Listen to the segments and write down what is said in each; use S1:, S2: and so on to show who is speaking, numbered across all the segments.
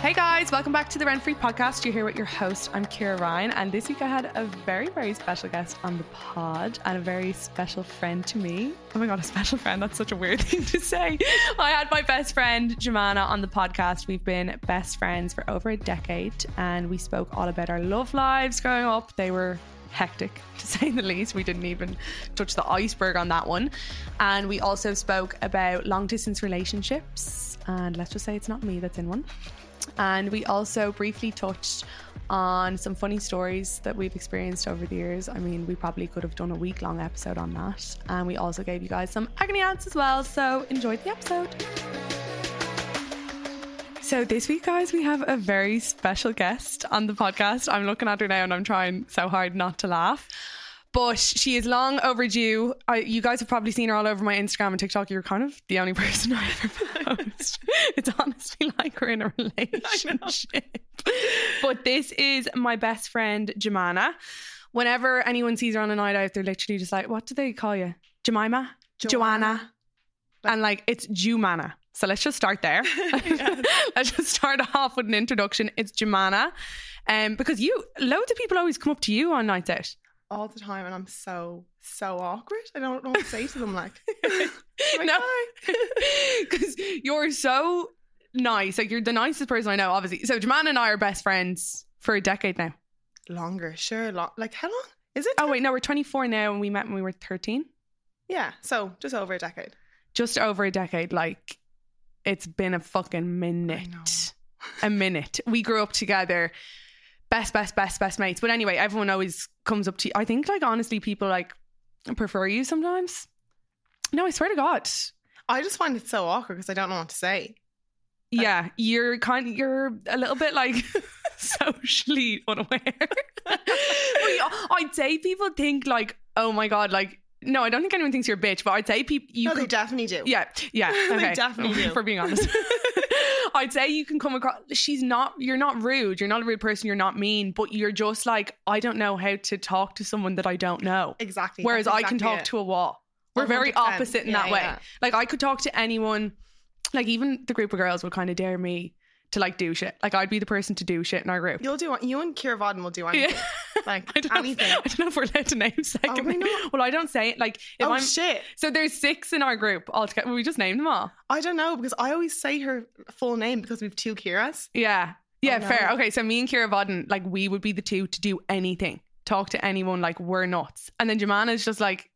S1: Hey guys, welcome back to the Rent Free Podcast. You're here with your host, I'm Kira Ryan, and this week I had a very, very special guest on the pod and a very special friend to me. Oh my god, a special friend, that's such a weird thing to say. I had my best friend Jemana on the podcast. We've been best friends for over a decade and we spoke all about our love lives growing up. They were hectic to say the least. We didn't even touch the iceberg on that one. And we also spoke about long distance relationships. And let's just say it's not me that's in one. And we also briefly touched on some funny stories that we've experienced over the years. I mean, we probably could have done a week long episode on that. And we also gave you guys some agony aunts as well. So enjoy the episode. So this week, guys, we have a very special guest on the podcast. I'm looking at her now and I'm trying so hard not to laugh. But she is long overdue. I, you guys have probably seen her all over my Instagram and TikTok. You're kind of the only person I ever post. it's honestly like we're in a relationship. but this is my best friend, Jemana. Whenever anyone sees her on a night out, they're literally just like, what do they call you? Jemima?
S2: Joanna.
S1: Joanna. And like, it's Jumana. So let's just start there. let's just start off with an introduction. It's Jumana. Um, because you, loads of people always come up to you on nights out.
S2: all the time and I'm so so awkward. I don't know what to say to them like, I'm like,
S1: No.
S2: "Hi."
S1: Because you're so nice. Like, you're the nicest person I know, obviously. So Jumana and I are best friends for a decade now.
S2: longer, sure, lo- like how long is it?
S1: Oh, wait, no, we're 24 now and we met when we were 13.
S2: yeah, so just over a decade.
S1: Just over a decade. Like, it's been a fucking
S2: I know.
S1: minute. a minute. We grew up together, best, best, best, best mates. But anyway, everyone always comes up to you. I think, like, honestly, people like prefer you sometimes. No, I swear to God.
S2: I just find it so awkward because I don't know what to say.
S1: Yeah, you're kind. You're a little bit like socially unaware. Well, yeah, I'd say people think like, oh my god, like. No, I don't think anyone thinks you're a bitch, but I'd say people you
S2: no,
S1: could
S2: they definitely do.
S1: Yeah, yeah.
S2: They
S1: Okay.
S2: definitely do.
S1: For being honest, I'd say you can come across. She's not. You're not rude. You're not a rude person. You're not mean. But you're just like I don't know how to talk to someone that I don't know.
S2: exactly.
S1: Whereas
S2: that's
S1: I can
S2: exactly
S1: talk
S2: it.
S1: to a wall. We're very
S2: 100%.
S1: opposite in
S2: Yeah,
S1: that way.
S2: yeah.
S1: Like I could talk to anyone. Like even the group of girls would kind of dare me to like do shit. Like I'd be the person to do shit in our group.
S2: You'll do you and Kira Vaden will do anything.
S1: Yeah.
S2: Like
S1: I don't, know if,
S2: anything.
S1: I don't know if we're allowed to name second.
S2: why not?
S1: Well, I don't say it. Like if
S2: oh
S1: I'm
S2: shit.
S1: so there's six in our group altogether. We just named them all.
S2: I don't know because I always say her full name because we've two Kiras.
S1: Yeah. Yeah,
S2: Oh,
S1: fair.
S2: no.
S1: Okay, so me and Kira Vodden, like, we would be the two to do anything, talk to anyone, like, we're nuts. And then Jemana's just like,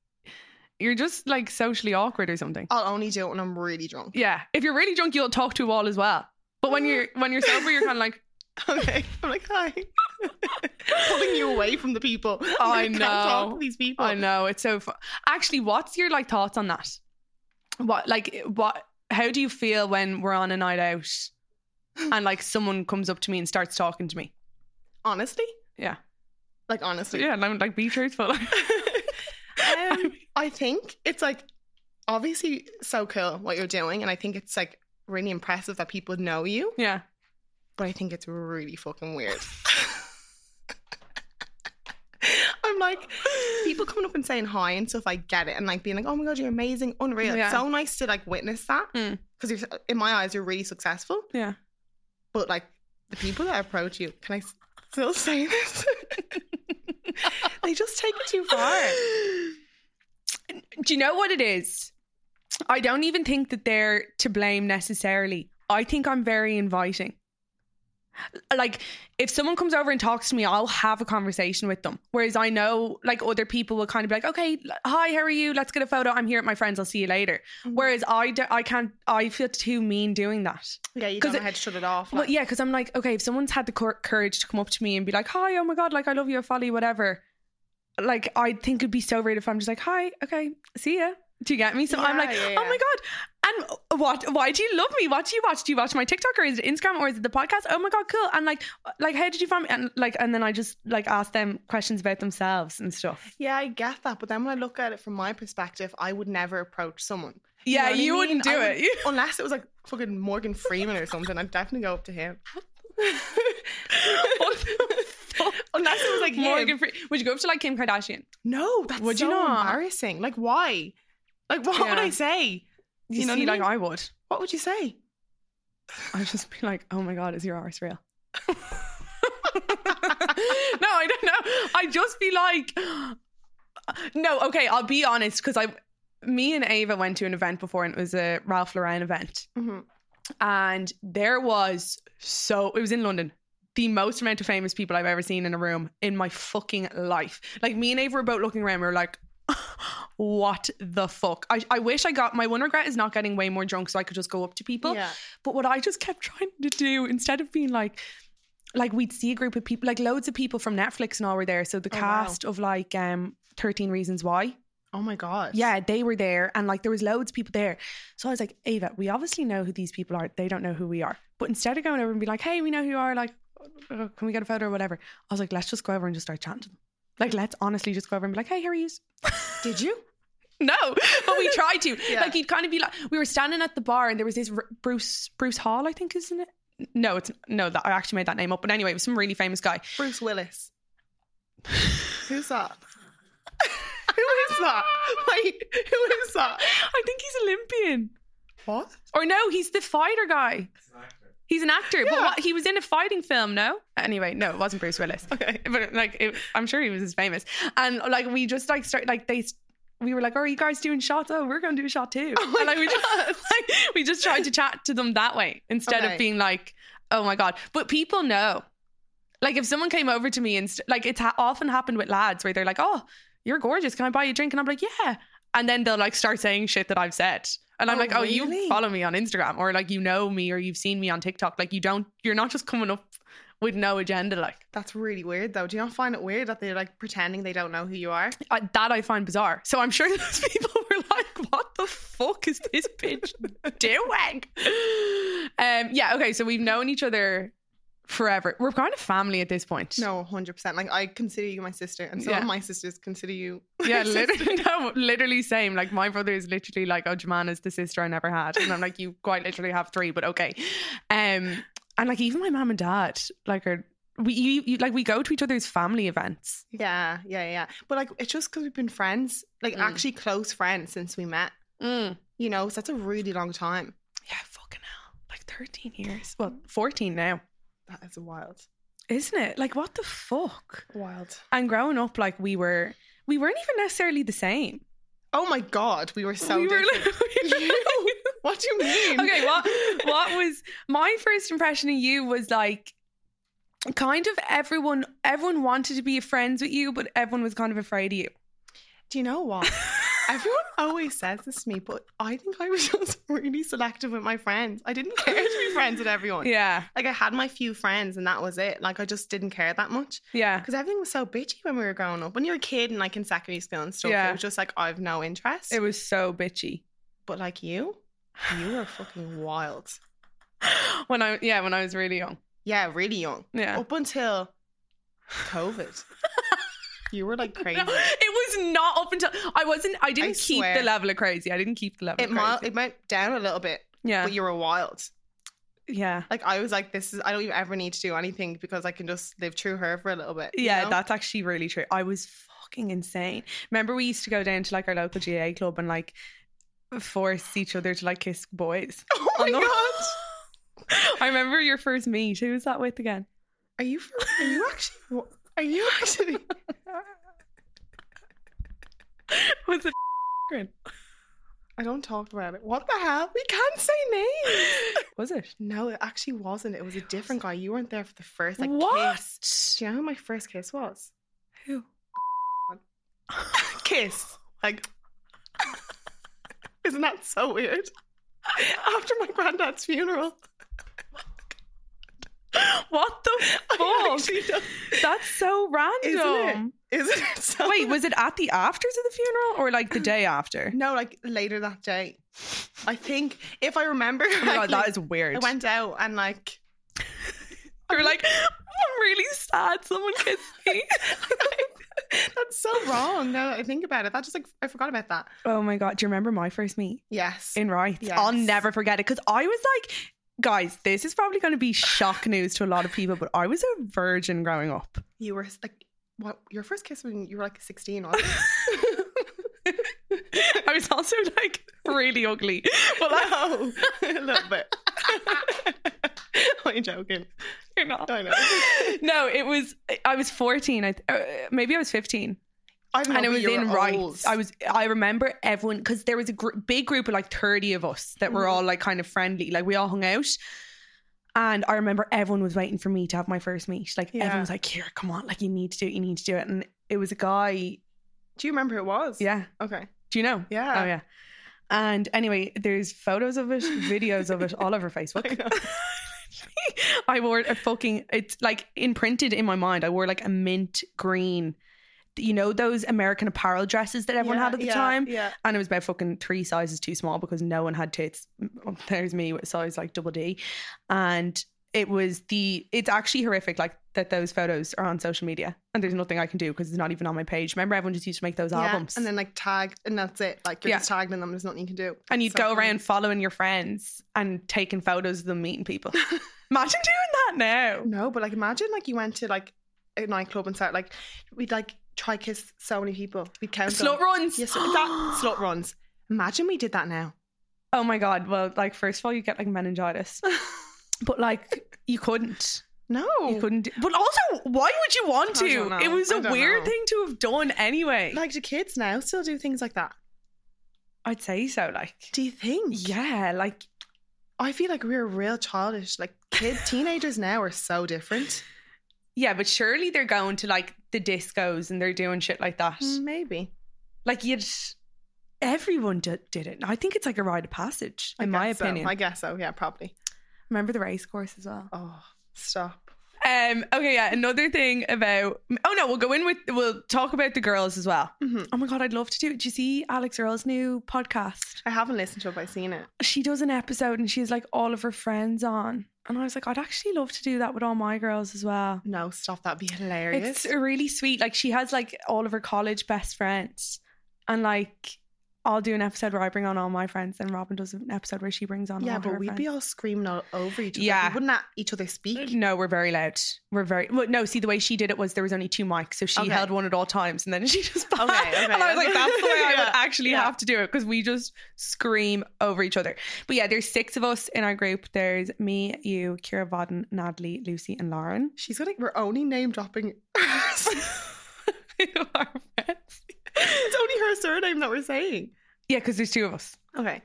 S1: you're just like socially awkward or something.
S2: I'll only do it when I'm really drunk.
S1: Yeah. If you're really drunk, you'll talk to a wall as well. But when you're when you're sober, you're kind of like,
S2: Okay. I'm like, hi. Pulling you away from the people.
S1: I
S2: can't talk
S1: know.
S2: to these people.
S1: I know it's so. Fu-. Actually, what's your like thoughts on that? What like what? How do you feel when we're on a night out and like someone comes up to me and starts talking to me?
S2: Honestly?
S1: Yeah.
S2: Like
S1: So
S2: honestly.
S1: yeah, and I'm like, be truthful.
S2: um, I think it's like obviously so cool what you're doing, and I think it's like really impressive that people know you,
S1: yeah.
S2: but I think it's really fucking weird. I'm like people coming up and saying hi and stuff. I get it, and like being like, "Oh my god, you're amazing, unreal,
S1: Yeah.
S2: It's so nice to like witness that."
S1: Mm.
S2: Because you're in my eyes, you're really successful.
S1: Yeah.
S2: But like the people that approach you, can I s- still say this? they just take it too far.
S1: Do you know what it is? I don't even think that they're to blame necessarily. I think I'm very inviting. Like, if someone comes over and talks to me, I'll have a conversation with them. Whereas I know, like, other people will kind of be like, okay, l- hi, how are you? Let's get a photo. I'm here at my friends. I'll see you later. Whereas I, do, I can't, I feel too mean doing that.
S2: Yeah, you
S1: 'Cause
S2: don't know
S1: it-
S2: how to shut it off.
S1: Well,
S2: like-
S1: yeah, because I'm like, okay, if someone's had the cour- courage to come up to me and be like, "Hi, oh my god, like I love your folly, whatever," like I think it'd be so weird if I'm just like, "Hi, okay, see ya." Do you get me? So I'm
S2: Yeah,
S1: like,
S2: yeah,
S1: "Oh my god!" And what? Why do you love me? What do you watch? Do you watch my TikTok or is it Instagram or is it the podcast? Oh my god, cool! And like, like how did you find me? And like, and then I just like ask them questions about themselves and stuff.
S2: Yeah, I get that. But then when I look at it from my perspective, I would never approach someone.
S1: Yeah,
S2: know what I
S1: you
S2: mean?
S1: wouldn't do
S2: I
S1: it. You-
S2: Unless it was like fucking Morgan Freeman or something, I'd definitely go up to him.
S1: What the fuck?
S2: Unless it was like him.
S1: Morgan, Fre- would you go up to like Kim Kardashian?
S2: No, that's
S1: Would
S2: so
S1: you not?
S2: embarrassing. Like, why? Like, what
S1: Yeah.
S2: would I say?
S1: You,
S2: You know
S1: see,
S2: what I
S1: like I would.
S2: What would you say?
S1: I'd just be like, oh my God, is your arse real? no,
S2: Mm-hmm.
S1: I don't know. I'd just be like, no, okay, I'll be honest because I, me and Ava went to an event before and it was a Ralph Lauren event.
S2: Mhm.
S1: And there was so, it was in London. The most amount of famous people I've ever seen in a room in my fucking life. Like me and Ava were both looking around. We were like, what the fuck? I, I wish I got my one regret is not getting way more drunk so I could just go up to people.
S2: yeah.
S1: But what I just kept trying to do instead of being like, like we'd see a group of people, like loads of people from Netflix and all were there. So the
S2: Oh, wow.
S1: cast of like um, 13 Reasons Why.
S2: Oh my god.
S1: Yeah, they were there and like there was loads of people there. So I was like, Ava, we obviously know who these people are. They don't know who we are. But instead of going over and be like, hey, we know who you are, like, uh, can we get a photo or whatever? I was like, let's just go over and just start chatting to them. Like, let's honestly just go over and be like, hey, here are you.
S2: Did you?
S1: No, but we tried to.
S2: Yeah.
S1: Like he'd kind of be like, we were standing at the bar and there was this R- Bruce Bruce Hall, I think, isn't it? No, it's no. That I actually made that name up, but anyway, it was some really famous guy.
S2: Bruce Willis. Who's that? who is that? Like, who is that?
S1: I think he's Olympian,
S2: What?
S1: or no, he's the fighter guy. He's an actor, but
S2: Yeah.
S1: what, he was in a fighting film, no? Anyway, no, it wasn't Bruce Willis.
S2: Okay.
S1: but like it, I'm sure he was as famous. And like we just like start like they we were like, oh, "Are you guys doing shots? Oh, we're going to do a shot too."
S2: Oh my
S1: and like we
S2: God.
S1: just like we just tried to chat to them that way instead
S2: Okay.
S1: of being like, "Oh my god!" But people know. Like if someone came over to me and st- like it's ha- often happened with lads where they're like, "Oh, you're gorgeous. Can I buy you a drink?" And I'm like, "Yeah." And then they'll like start saying shit that I've said. And I'm
S2: Oh,
S1: like, oh,
S2: really?
S1: you follow me on Instagram or like you know me or you've seen me on TikTok. Like you don't, you're not just coming up with no agenda. Like
S2: That's really weird, though. Do you not find it weird that they're like pretending they don't know who you are?
S1: I, that I find bizarre. So I'm sure those people were like, "What the fuck is this bitch doing?" Um, yeah. Okay. So we've known each other forever. We're kind of family at this point.
S2: No, hundred percent. Like I consider you my sister, and some
S1: Yeah.
S2: of my sisters consider you.
S1: Yeah.
S2: my sister.
S1: Literally. No. Literally same. Like my brother is literally like, "Oh, Jemana's the sister I never had," and I'm like, "You quite literally have three, but okay." Um, and like even my mom and dad, like are we you, you like we go to each other's family events.
S2: Yeah, yeah, yeah. But like, it's just because we've been friends, like
S1: Mm.
S2: actually close friends since we met. You know, so that's a really long time.
S1: Yeah. Fucking hell. Like 13 years. Well, 14 now.
S2: That is wild,
S1: Isn't it? Like what the fuck?
S2: wild.
S1: And growing up, like we were, we weren't even necessarily the same.
S2: Oh my god, we were so
S1: we were
S2: different.
S1: like- we were
S2: You- what do you mean?
S1: like- okay. What what was my first impression of you was like, kind of everyone everyone wanted to be friends with you, but everyone was kind of afraid of you.
S2: Do you know what? Everyone always says this to me, but I think I was just really selective with my friends. I didn't care to be friends with everyone.
S1: Yeah,
S2: Like I had my few friends, and that was it. Like I just didn't care that much.
S1: yeah,
S2: Because everything was so bitchy when we were growing up. When you're a kid and like in secondary school and stuff,
S1: Yeah.
S2: it was just like I've no interest.
S1: it was so bitchy.
S2: but like you, you were fucking wild.
S1: When I yeah, when I was really young.
S2: Yeah, really young.
S1: Yeah,
S2: Up until COVID, you were like Oh, crazy.
S1: No, it was not up until I wasn't. I didn't keep
S2: swear.
S1: the level of crazy. I didn't keep the level.
S2: It,
S1: of
S2: mil-
S1: crazy.
S2: it went down a little bit,
S1: yeah,
S2: but you were wild.
S1: yeah.
S2: Like I was like, this is I don't even ever need to do anything because I can just live through her for a little bit. you
S1: Yeah,
S2: know?
S1: that's actually really true. I was fucking insane. Remember, we used to go down to like our local GA club and like force each other to like kiss boys.
S2: Oh my
S1: on the-
S2: god,
S1: I remember your first meet. Who was that with again?
S2: are you for- are you actually are you actually?
S1: Was it?
S2: I don't talk about it. What the hell? We can't say names.
S1: Was it?
S2: No, it actually wasn't. It was a different guy. You weren't there for the first like
S1: what?
S2: kiss. Do you know who my first kiss was?
S1: Who?
S2: Kiss. Like Isn't that so weird? After my granddad's funeral.
S1: What the
S2: I
S1: fuck?
S2: actually don't-
S1: That's so random.
S2: Isn't it so
S1: Wait, was it at the afters of the funeral or like the day after?
S2: No, like later that day. I think if I remember
S1: Oh my god,
S2: correctly,
S1: that is weird.
S2: I went out and like
S1: you were like, I'm really sad. Someone kissed me.
S2: that's so wrong now that I think about it. That just like I forgot about that.
S1: oh my god, do you remember my first meet?
S2: Yes.
S1: in right.
S2: Yes.
S1: I'll never forget it because I was like, guys, this is probably going to be shock news to a lot of people, but I was a virgin growing up.
S2: you were like what your first kiss when you were like 16 wasn't it?
S1: I was also like really ugly. Well,
S2: no, a little bit. only joking.
S1: You're not.
S2: I know.
S1: No, it was. I was 14. I th- uh, maybe I was 15.
S2: I
S1: and it
S2: remember
S1: was
S2: you were
S1: in right.
S2: old.
S1: I was. I remember everyone because there was a gr- big group of like thirty of us that were
S2: Mhm.
S1: all like kind of friendly. Like we all hung out, and I remember everyone was waiting for me to have my first meet. Like
S2: Yeah.
S1: everyone was like, "Here, come on! Like you need to do it. You need to do it." And it was a guy.
S2: Do you remember who it was?
S1: Yeah.
S2: Okay.
S1: Do you know?
S2: Yeah.
S1: Oh yeah. And anyway, there's photos of it, videos of it all over Facebook.
S2: I know.
S1: I wore a fucking it's like imprinted in my mind. I wore like a mint green, you know those American apparel dresses that everyone
S2: Yeah,
S1: had at the
S2: yeah,
S1: time,
S2: Yeah.
S1: and it was about fucking three sizes too small because no one had tits. There's me with size like double D, and it was the it's actually horrific like that those photos are on social media and there's nothing I can do because it's not even on my page. Remember everyone just used to make those
S2: Yeah,
S1: albums
S2: And then like tag, and that's it. Like you're
S1: Yeah.
S2: just tagging them. There's nothing you can do.
S1: and you'd
S2: So
S1: go
S2: funny.
S1: around following your friends and taking photos of them meeting people. Imagine doing that now.
S2: No, but like imagine like you went to like a nightclub and started like we'd like try kiss so many people. We'd count them.
S1: Slut runs.
S2: Yes, sir. that slut runs. Imagine we did that now.
S1: Oh my god. Well, like first of all, you get like meningitis, but like you couldn't.
S2: No.
S1: You couldn't. Do- but also, why would you want
S2: I
S1: to?
S2: don't know.
S1: It was
S2: I
S1: a
S2: don't
S1: weird
S2: know.
S1: thing to have done anyway.
S2: Like do kids now still do things like that?
S1: I'd say so. Like,
S2: Do you think?
S1: yeah. Like,
S2: I feel like we were real childish. Like kid teenagers now are so different.
S1: yeah. But surely they're going to like the discos and they're doing shit like that.
S2: Maybe.
S1: Like you'd. Everyone did, did it. I think it's like a rite of passage,
S2: I
S1: in my
S2: guess so.
S1: opinion.
S2: I guess so, yeah, probably.
S1: Remember the race course as well.
S2: Oh, stop.
S1: Um. Okay. Yeah. Another thing about. Oh no. We'll go in with. We'll talk about the girls as well.
S2: Mhm.
S1: Oh my god. I'd love to do it. Do you see Alex Earl's new podcast?
S2: I haven't listened to it, but I've seen it.
S1: She does an episode and she has like all of her friends on, and I was like, I'd actually love to do that with all my girls as well.
S2: No, stop. That'd be hilarious.
S1: It's really sweet. Like she has like all of her college best friends, and like. I'll do an episode where I bring on all my friends, and Robin does an episode where she brings on
S2: yeah,
S1: all her
S2: but we'd
S1: friends.
S2: be all screaming all over each other.
S1: Yeah. Mm-hmm.
S2: We wouldn't let each other speak.
S1: No, we're very loud. We're very well, no. See, the way she did it was there was only two mics, so she
S2: Okay.
S1: held one at all times, and then she just.
S2: Okay, okay,
S1: and I was like,
S2: yeah.
S1: that's the way I
S2: Yeah,
S1: would actually
S2: yeah.
S1: have to do it because we just scream over each other. But yeah, there's six of us in our group. There's me, you, Kira Vodden, Natalie, Lucy, and Lauren.
S2: She's gonna we're only name dropping
S1: our friends.
S2: It's only her surname that we're saying.
S1: Yeah, because there's two of us.
S2: Okay.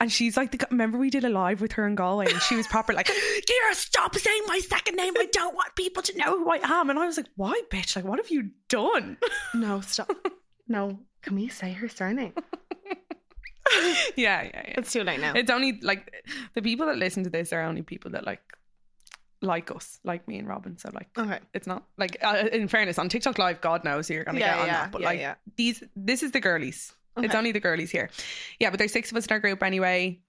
S1: And she's like, the, remember we did a live with her in Galway and she was proper like, Kira, stop saying my second name. I don't want people to know who I am. And I was like, why, bitch? Like, what have you done?
S2: No, stop. no. Can we say her surname?
S1: yeah, yeah, yeah.
S2: It's too late now.
S1: It's only like the people that listen to this are only people that like like us, like me and Robin. So like,
S2: okay.
S1: it's not like uh, in fairness on TikTok Live, God knows who you're gonna get on that. But like
S2: yeah.
S1: these, this is the girlies. It's
S2: Okay.
S1: only the girlies here. Yeah, but there's six of us in our group anyway.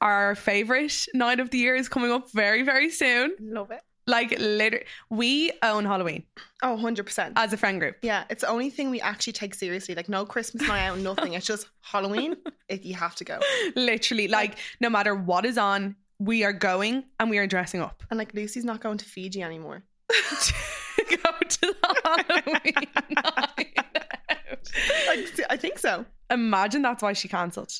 S1: Our favorite night of the year is coming up very, very soon.
S2: Love it.
S1: Like later, we own Halloween
S2: Oh, 100%.
S1: as a friend group.
S2: yeah, it's the only thing we actually take seriously. Like, no Christmas night out, nothing. It's just Halloween. It, you have to go.
S1: Literally, like no matter what is on, we are going and we are dressing up.
S2: And like, Lucy's not going to Fiji anymore.
S1: to go to the Halloween night.
S2: Like, see, I think so.
S1: Imagine that's why she cancelled.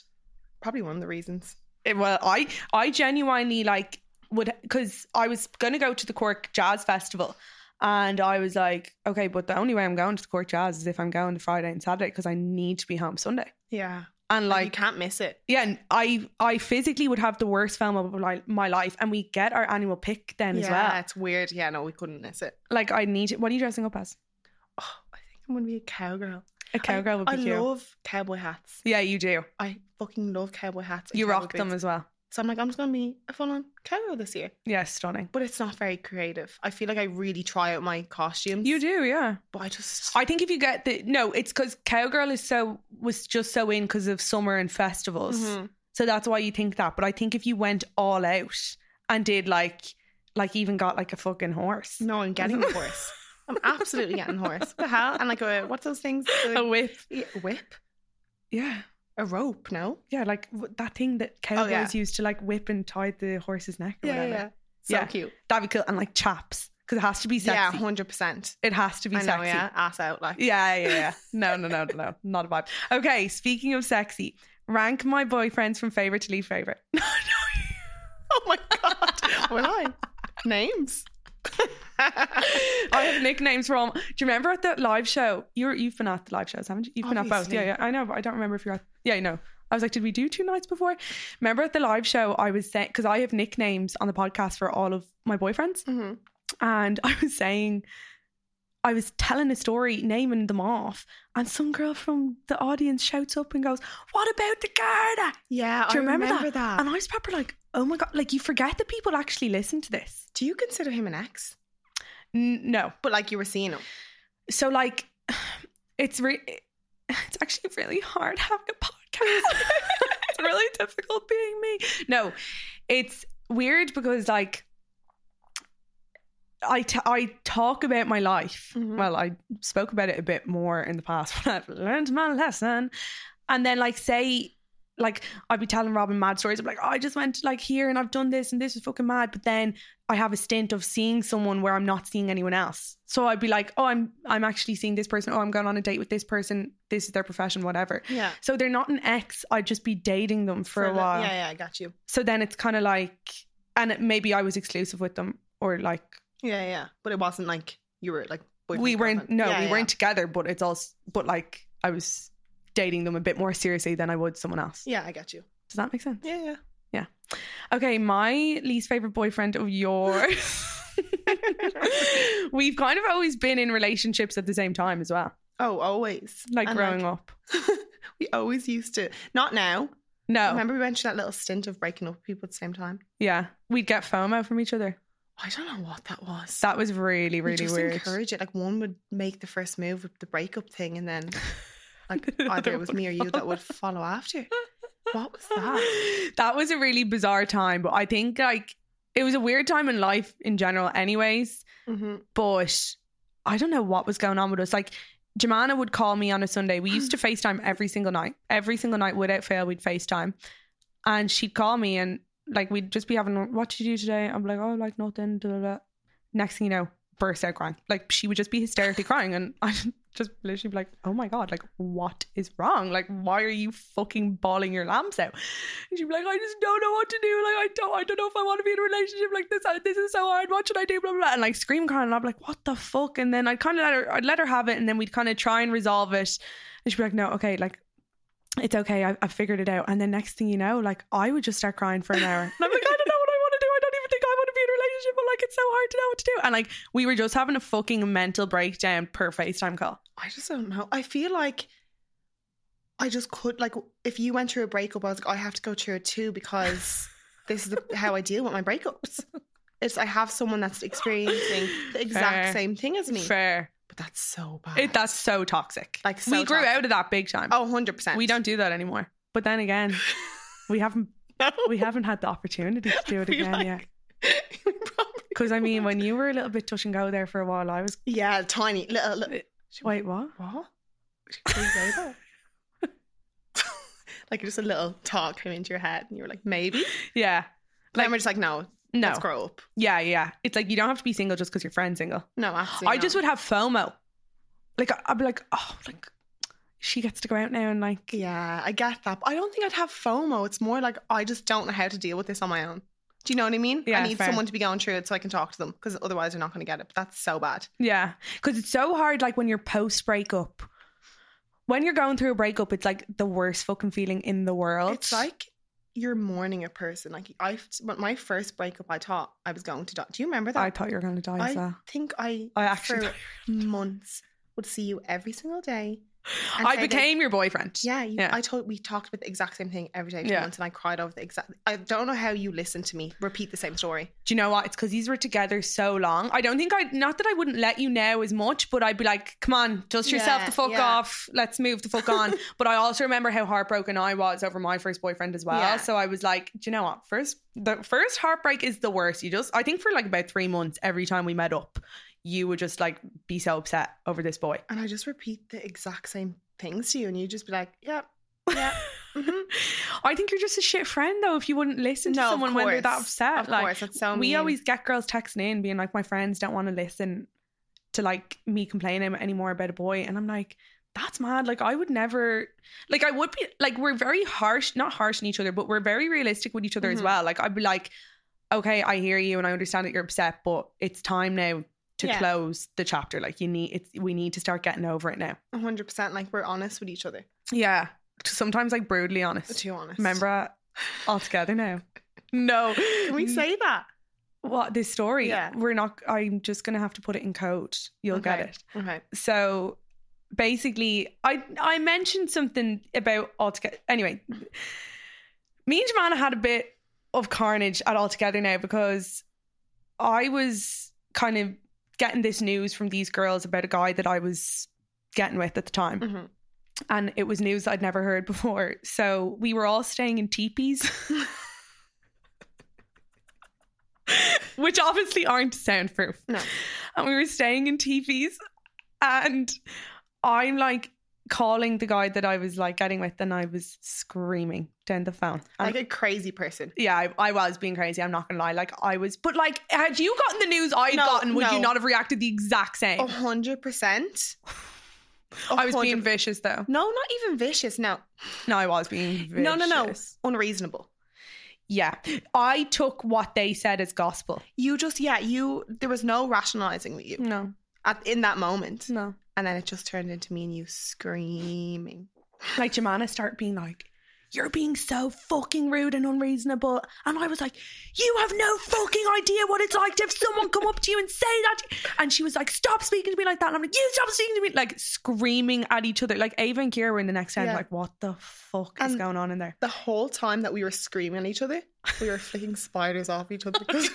S2: Probably one of the reasons.
S1: It- Well, I I genuinely like would because I was gonna go to the Cork Jazz Festival. And I was like, okay, but the only way I'm going to the Cork Jazz is if I'm going to Friday and Saturday because I need to be home Sunday.
S2: Yeah.
S1: And
S2: Like, you
S1: like,
S2: can't miss it.
S1: yeah, and I I physically would have the worst film of li- my life. And we get our annual pick then as
S2: Yeah,
S1: well.
S2: it's weird. Yeah, no, we couldn't miss it.
S1: Like, I need. What are you dressing up as?
S2: Oh, I think I'm going to be a cowgirl.
S1: A cowgirl would be
S2: I
S1: cute.
S2: love cowboy hats.
S1: yeah, you do.
S2: I fucking love cowboy hats. and
S1: You
S2: cowboy
S1: rock them
S2: boots.
S1: as well.
S2: So I'm like, I'm just gonna be a full on cowgirl this year.
S1: Yeah, stunning.
S2: But it's not very creative. I feel like I really try out my costumes.
S1: You do, yeah.
S2: but I just
S1: I think if you get the no, it's because cowgirl is so was just so in because of summer and festivals,
S2: Mhm.
S1: so that's why you think that. But I think if you went all out and did like, like even got like a fucking horse,
S2: no, I'm getting the horse. I'm absolutely getting horse. What the hell? And like a what's those things? The-
S1: a whip,
S2: yeah, whip,
S1: yeah,
S2: a rope. No.
S1: yeah, like w- that thing that cowgirls
S2: yeah.
S1: used to like whip and tie the horse's neck or whatever.
S2: So
S1: Yeah.
S2: cute.
S1: That'd be cool, and like chaps because it has to be sexy.
S2: Yeah, hundred percent.
S1: It has to be
S2: I know.
S1: sexy.
S2: Yeah, ass out. Like
S1: Yeah, yeah, yeah. No, no, no, no, no. Not a vibe. Okay, speaking of sexy, rank my boyfriends from favorite to least favorite.
S2: oh my god. Will I? names.
S1: I have nicknames from. Do you remember at the live show? You're you've been at the live shows, haven't you? You've been at both.
S2: Obviously.
S1: Yeah, yeah. I know, but I don't remember if you're. At, yeah, I know. I was like, did we do two nights before? Remember at the live show, I was saying because I have nicknames on the podcast for all of my boyfriends,
S2: Mhm.
S1: and I was saying, I was telling a story, naming them off, and some girl from the audience shouts up and goes, "What about the Garda?"
S2: Yeah,
S1: Do you
S2: I
S1: remember
S2: remember,
S1: that?
S2: that.
S1: And I was proper like, "Oh my god!" Like you forget that people actually listen to this.
S2: Do you consider him an ex?
S1: N- no,
S2: But like you were seeing him.
S1: so like it's re- it's actually really hard having a podcast it's really difficult being me no it's weird because like I t- I talk about my life.
S2: Mhm.
S1: Well, I spoke about it a bit more in the past when I've learned my lesson. And then, like, say, like, I'd be telling Robin mad stories. I'm like, oh, I just went, like, here and I've done this and this is fucking mad. But then I have a stint of seeing someone where I'm not seeing anyone else. So I'd be like, oh, I'm I'm actually seeing this person. Oh, I'm going on a date with this person. This is their profession, whatever.
S2: Yeah.
S1: So they're not an ex. I'd just be dating them for, a
S2: li-
S1: while.
S2: Yeah, yeah, I got you.
S1: So then it's kind of like, and it, maybe I was exclusive with them or like
S2: Yeah, yeah. But it wasn't like you were like boyfriend,
S1: we weren't.
S2: girlfriend.
S1: No,
S2: Yeah,
S1: we
S2: yeah.
S1: weren't together. But it's also, but like I was dating them a bit more seriously than I would someone else.
S2: Yeah, I got you.
S1: Does that make sense?
S2: Yeah, yeah.
S1: Okay, my least favorite boyfriend of yours. We've kind of always been in relationships at the same time as well,
S2: Oh, always.
S1: like
S2: And,
S1: growing up.
S2: we always used to not now.
S1: No,
S2: Remember we went through that little stint of breaking up with people at the same time?
S1: yeah, we'd get FOMO from each other.
S2: I don't know what that was.
S1: That was really,
S2: We
S1: really
S2: just
S1: weird.
S2: encourage it. Like one would make the first move with the breakup thing and then like either
S1: Another
S2: it was
S1: one
S2: me or you that would follow after. What was that?
S1: that was a really bizarre time, but I think like it was a weird time in life in general, anyways.
S2: Mm-hmm.
S1: But I don't know what was going on with us. Like Jemana would call me on a Sunday. We used to FaceTime every single night. Every single night without fail, we'd FaceTime. And she'd call me and like we'd just be having what did you do today? I'm like, oh like nothing, da da da. Next thing you know, burst out crying. Like she would just be hysterically crying and I just literally be like, oh my god, like what is wrong? Like why are you fucking bawling your lamps out? And she'd be like, I just don't know what to do. Like I don't, I don't know if I want to be in a relationship like this. I- This is so hard. What should I do? Blah blah. blah. And like scream crying, and I'm like, what the fuck? And then I'd kind of let her, I'd let her have it, and then we'd kind of try and resolve it. And she'd be like, no, okay, like. It's okay. I, I figured it out. And then next thing you know, like I would just start crying for an hour. And I'm like, I don't know what I want to do. I don't even think I want to be in a relationship. But like, it's so hard to know what to do. And like, we were just having a fucking mental breakdown per FaceTime call.
S2: I just don't know. I feel like I just could like if you went through a breakup, I was like, I have to go through it too because this is the, how I deal with my breakups. It's I have someone that's experiencing the exact
S1: Fair.
S2: same thing as me,
S1: Fair.
S2: but that's so bad.
S1: It, that's so toxic.
S2: Like, so
S1: we grew
S2: toxic.
S1: out of that big time.
S2: oh, 100 percent.
S1: We don't do that anymore. But then again, we haven't
S2: know.
S1: we haven't had the opportunity to do it
S2: We
S1: again
S2: like-
S1: yet.
S2: We probably-
S1: Because I mean, when you were a little bit touch and go there for a while, I was
S2: yeah, tiny uh, little. little Should we-
S1: wait what?
S2: What? Should we say that? like just a little talk came into your head, and you were like, maybe.
S1: Yeah,
S2: Like,
S1: Like-
S2: then we're just like, no,
S1: no,
S2: let's grow up.
S1: yeah, yeah. It's like you don't have to be single just because your friend's single.
S2: No, absolutely.
S1: I just
S2: not.
S1: would have FOMO. Like I- I'd be like, oh, like she gets to go out now and like
S2: Yeah, I get that. But I don't think I'd have FOMO. It's more like I just don't know how to deal with this on my own. Do you know what I mean?
S1: Yeah,
S2: I need
S1: fair.
S2: someone to be going through it so I can talk to them because otherwise they're not going to get it. But that's so bad.
S1: Yeah, because it's so hard. Like when you're post breakup, when you're going through a breakup, it's like the worst fucking feeling in the world.
S2: It's like you're mourning a person. Like I, when my first breakup, I thought I was going to die. Do you remember that?
S1: I thought you were gonna die.
S2: I
S1: as well.
S2: think I,
S1: I actually,
S2: for months would see you every single day. and
S1: I
S2: say that-
S1: became your boyfriend.
S2: Yeah, you,
S1: Yeah.
S2: I told we talked about the exact same thing every day for
S1: Yeah.
S2: months, and I cried over the exact. I don't know how you listened to me repeat the same story.
S1: Do you know what? It's because these were together so long. I don't think I, not that I wouldn't let you now as much, but I'd be like, come on, dust yourself
S2: Yeah,
S1: the fuck
S2: yeah.
S1: off. Let's move the fuck on. but I also remember how heartbroken I was over my first boyfriend as well.
S2: Yeah.
S1: So I was like, do you know what? First, the first heartbreak is the worst. You just, I think for like about three months, every time we met up, you would just like be so upset over this boy.
S2: and I just repeat the exact same things to you, and you just be like, "Yeah, yeah." mhm."
S1: I think you're just a shit friend though if you wouldn't listen to
S2: No, of
S1: someone when they're that
S2: course.
S1: upset.
S2: Of
S1: like,
S2: course, that's so
S1: we
S2: mean.
S1: always get girls texting in being like, my friends don't want to listen to like me complaining anymore about a boy. And I'm like, that's mad. Like, I would never, like, I would be, like, we're very harsh, not harsh on each other, but we're very realistic with each other as
S2: Mhm.
S1: well. Like, I'd be like, okay, I hear you and I understand that you're upset, but it's time now to
S2: Yeah.
S1: close the chapter. Like you need it's we need to start getting over it now.
S2: 100%. Like, we're honest with each other.
S1: Yeah. Sometimes like brutally honest.
S2: Too honest.
S1: Remember uh, all together now. No.
S2: Can we say that?
S1: what this story?
S2: Yeah.
S1: We're not I'm just gonna have to put it in code. You'll get
S2: Okay.
S1: it.
S2: Okay.
S1: so basically i i mentioned something about altogether anyway me and Jemana had a bit of carnage at altogether now because i was kind of getting this news from these girls about a guy that i was getting with at the time
S2: Mhm.
S1: and it was news i'd never heard before so we were all staying in teepees which obviously aren't soundproof
S2: No.
S1: and we were staying in TVs and I'm like calling the guy that I was like getting with and I was screaming down the phone. And
S2: Like a crazy person.
S1: yeah, I, I was being crazy. I'm not gonna lie. Like I was, but like, had you gotten the news I'd
S2: No,
S1: gotten, would
S2: no.
S1: you not have reacted the exact same?
S2: A hundred percent. A
S1: I was being
S2: hundred-
S1: vicious though.
S2: no, not even vicious. No,
S1: No, I was being vicious.
S2: no, no, no. Unreasonable.
S1: Yeah, I took what they said as gospel.
S2: You just yeah. You there was no rationalizing with you
S1: No,
S2: at, in that moment,
S1: no.
S2: and then it just turned into me and you screaming.
S1: like Jemana start being like, "You're being so fucking rude and unreasonable," and I was like, "You have no fucking idea what it's like to have someone come up to you and say that." And she was like, "Stop speaking to me like that," and I'm like, "You stop speaking to me!" Like screaming at each other. Like Ava and Kira were in the next end,
S2: Yeah.
S1: like, "What the fuck is
S2: And-
S1: going on in there?"
S2: The whole time that we were screaming at each other, we were flicking spiders off each other. Because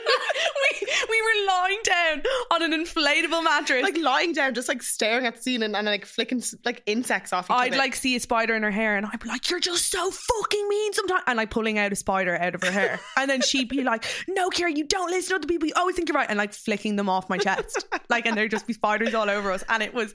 S1: we we were lying down on an inflatable mattress.
S2: like lying down, just like staring at the ceiling and, like flicking s- like insects off each
S1: I'd
S2: other.
S1: like see a spider in her hair, and I'd be like, "You're just so fucking mean sometimes," and like pulling out a spider out of her hair, and then she'd be like, "No, Kira, you don't listen to other people. You always think you're right," and like flicking them off my chest, like, and there'd just be spiders all over us, and it was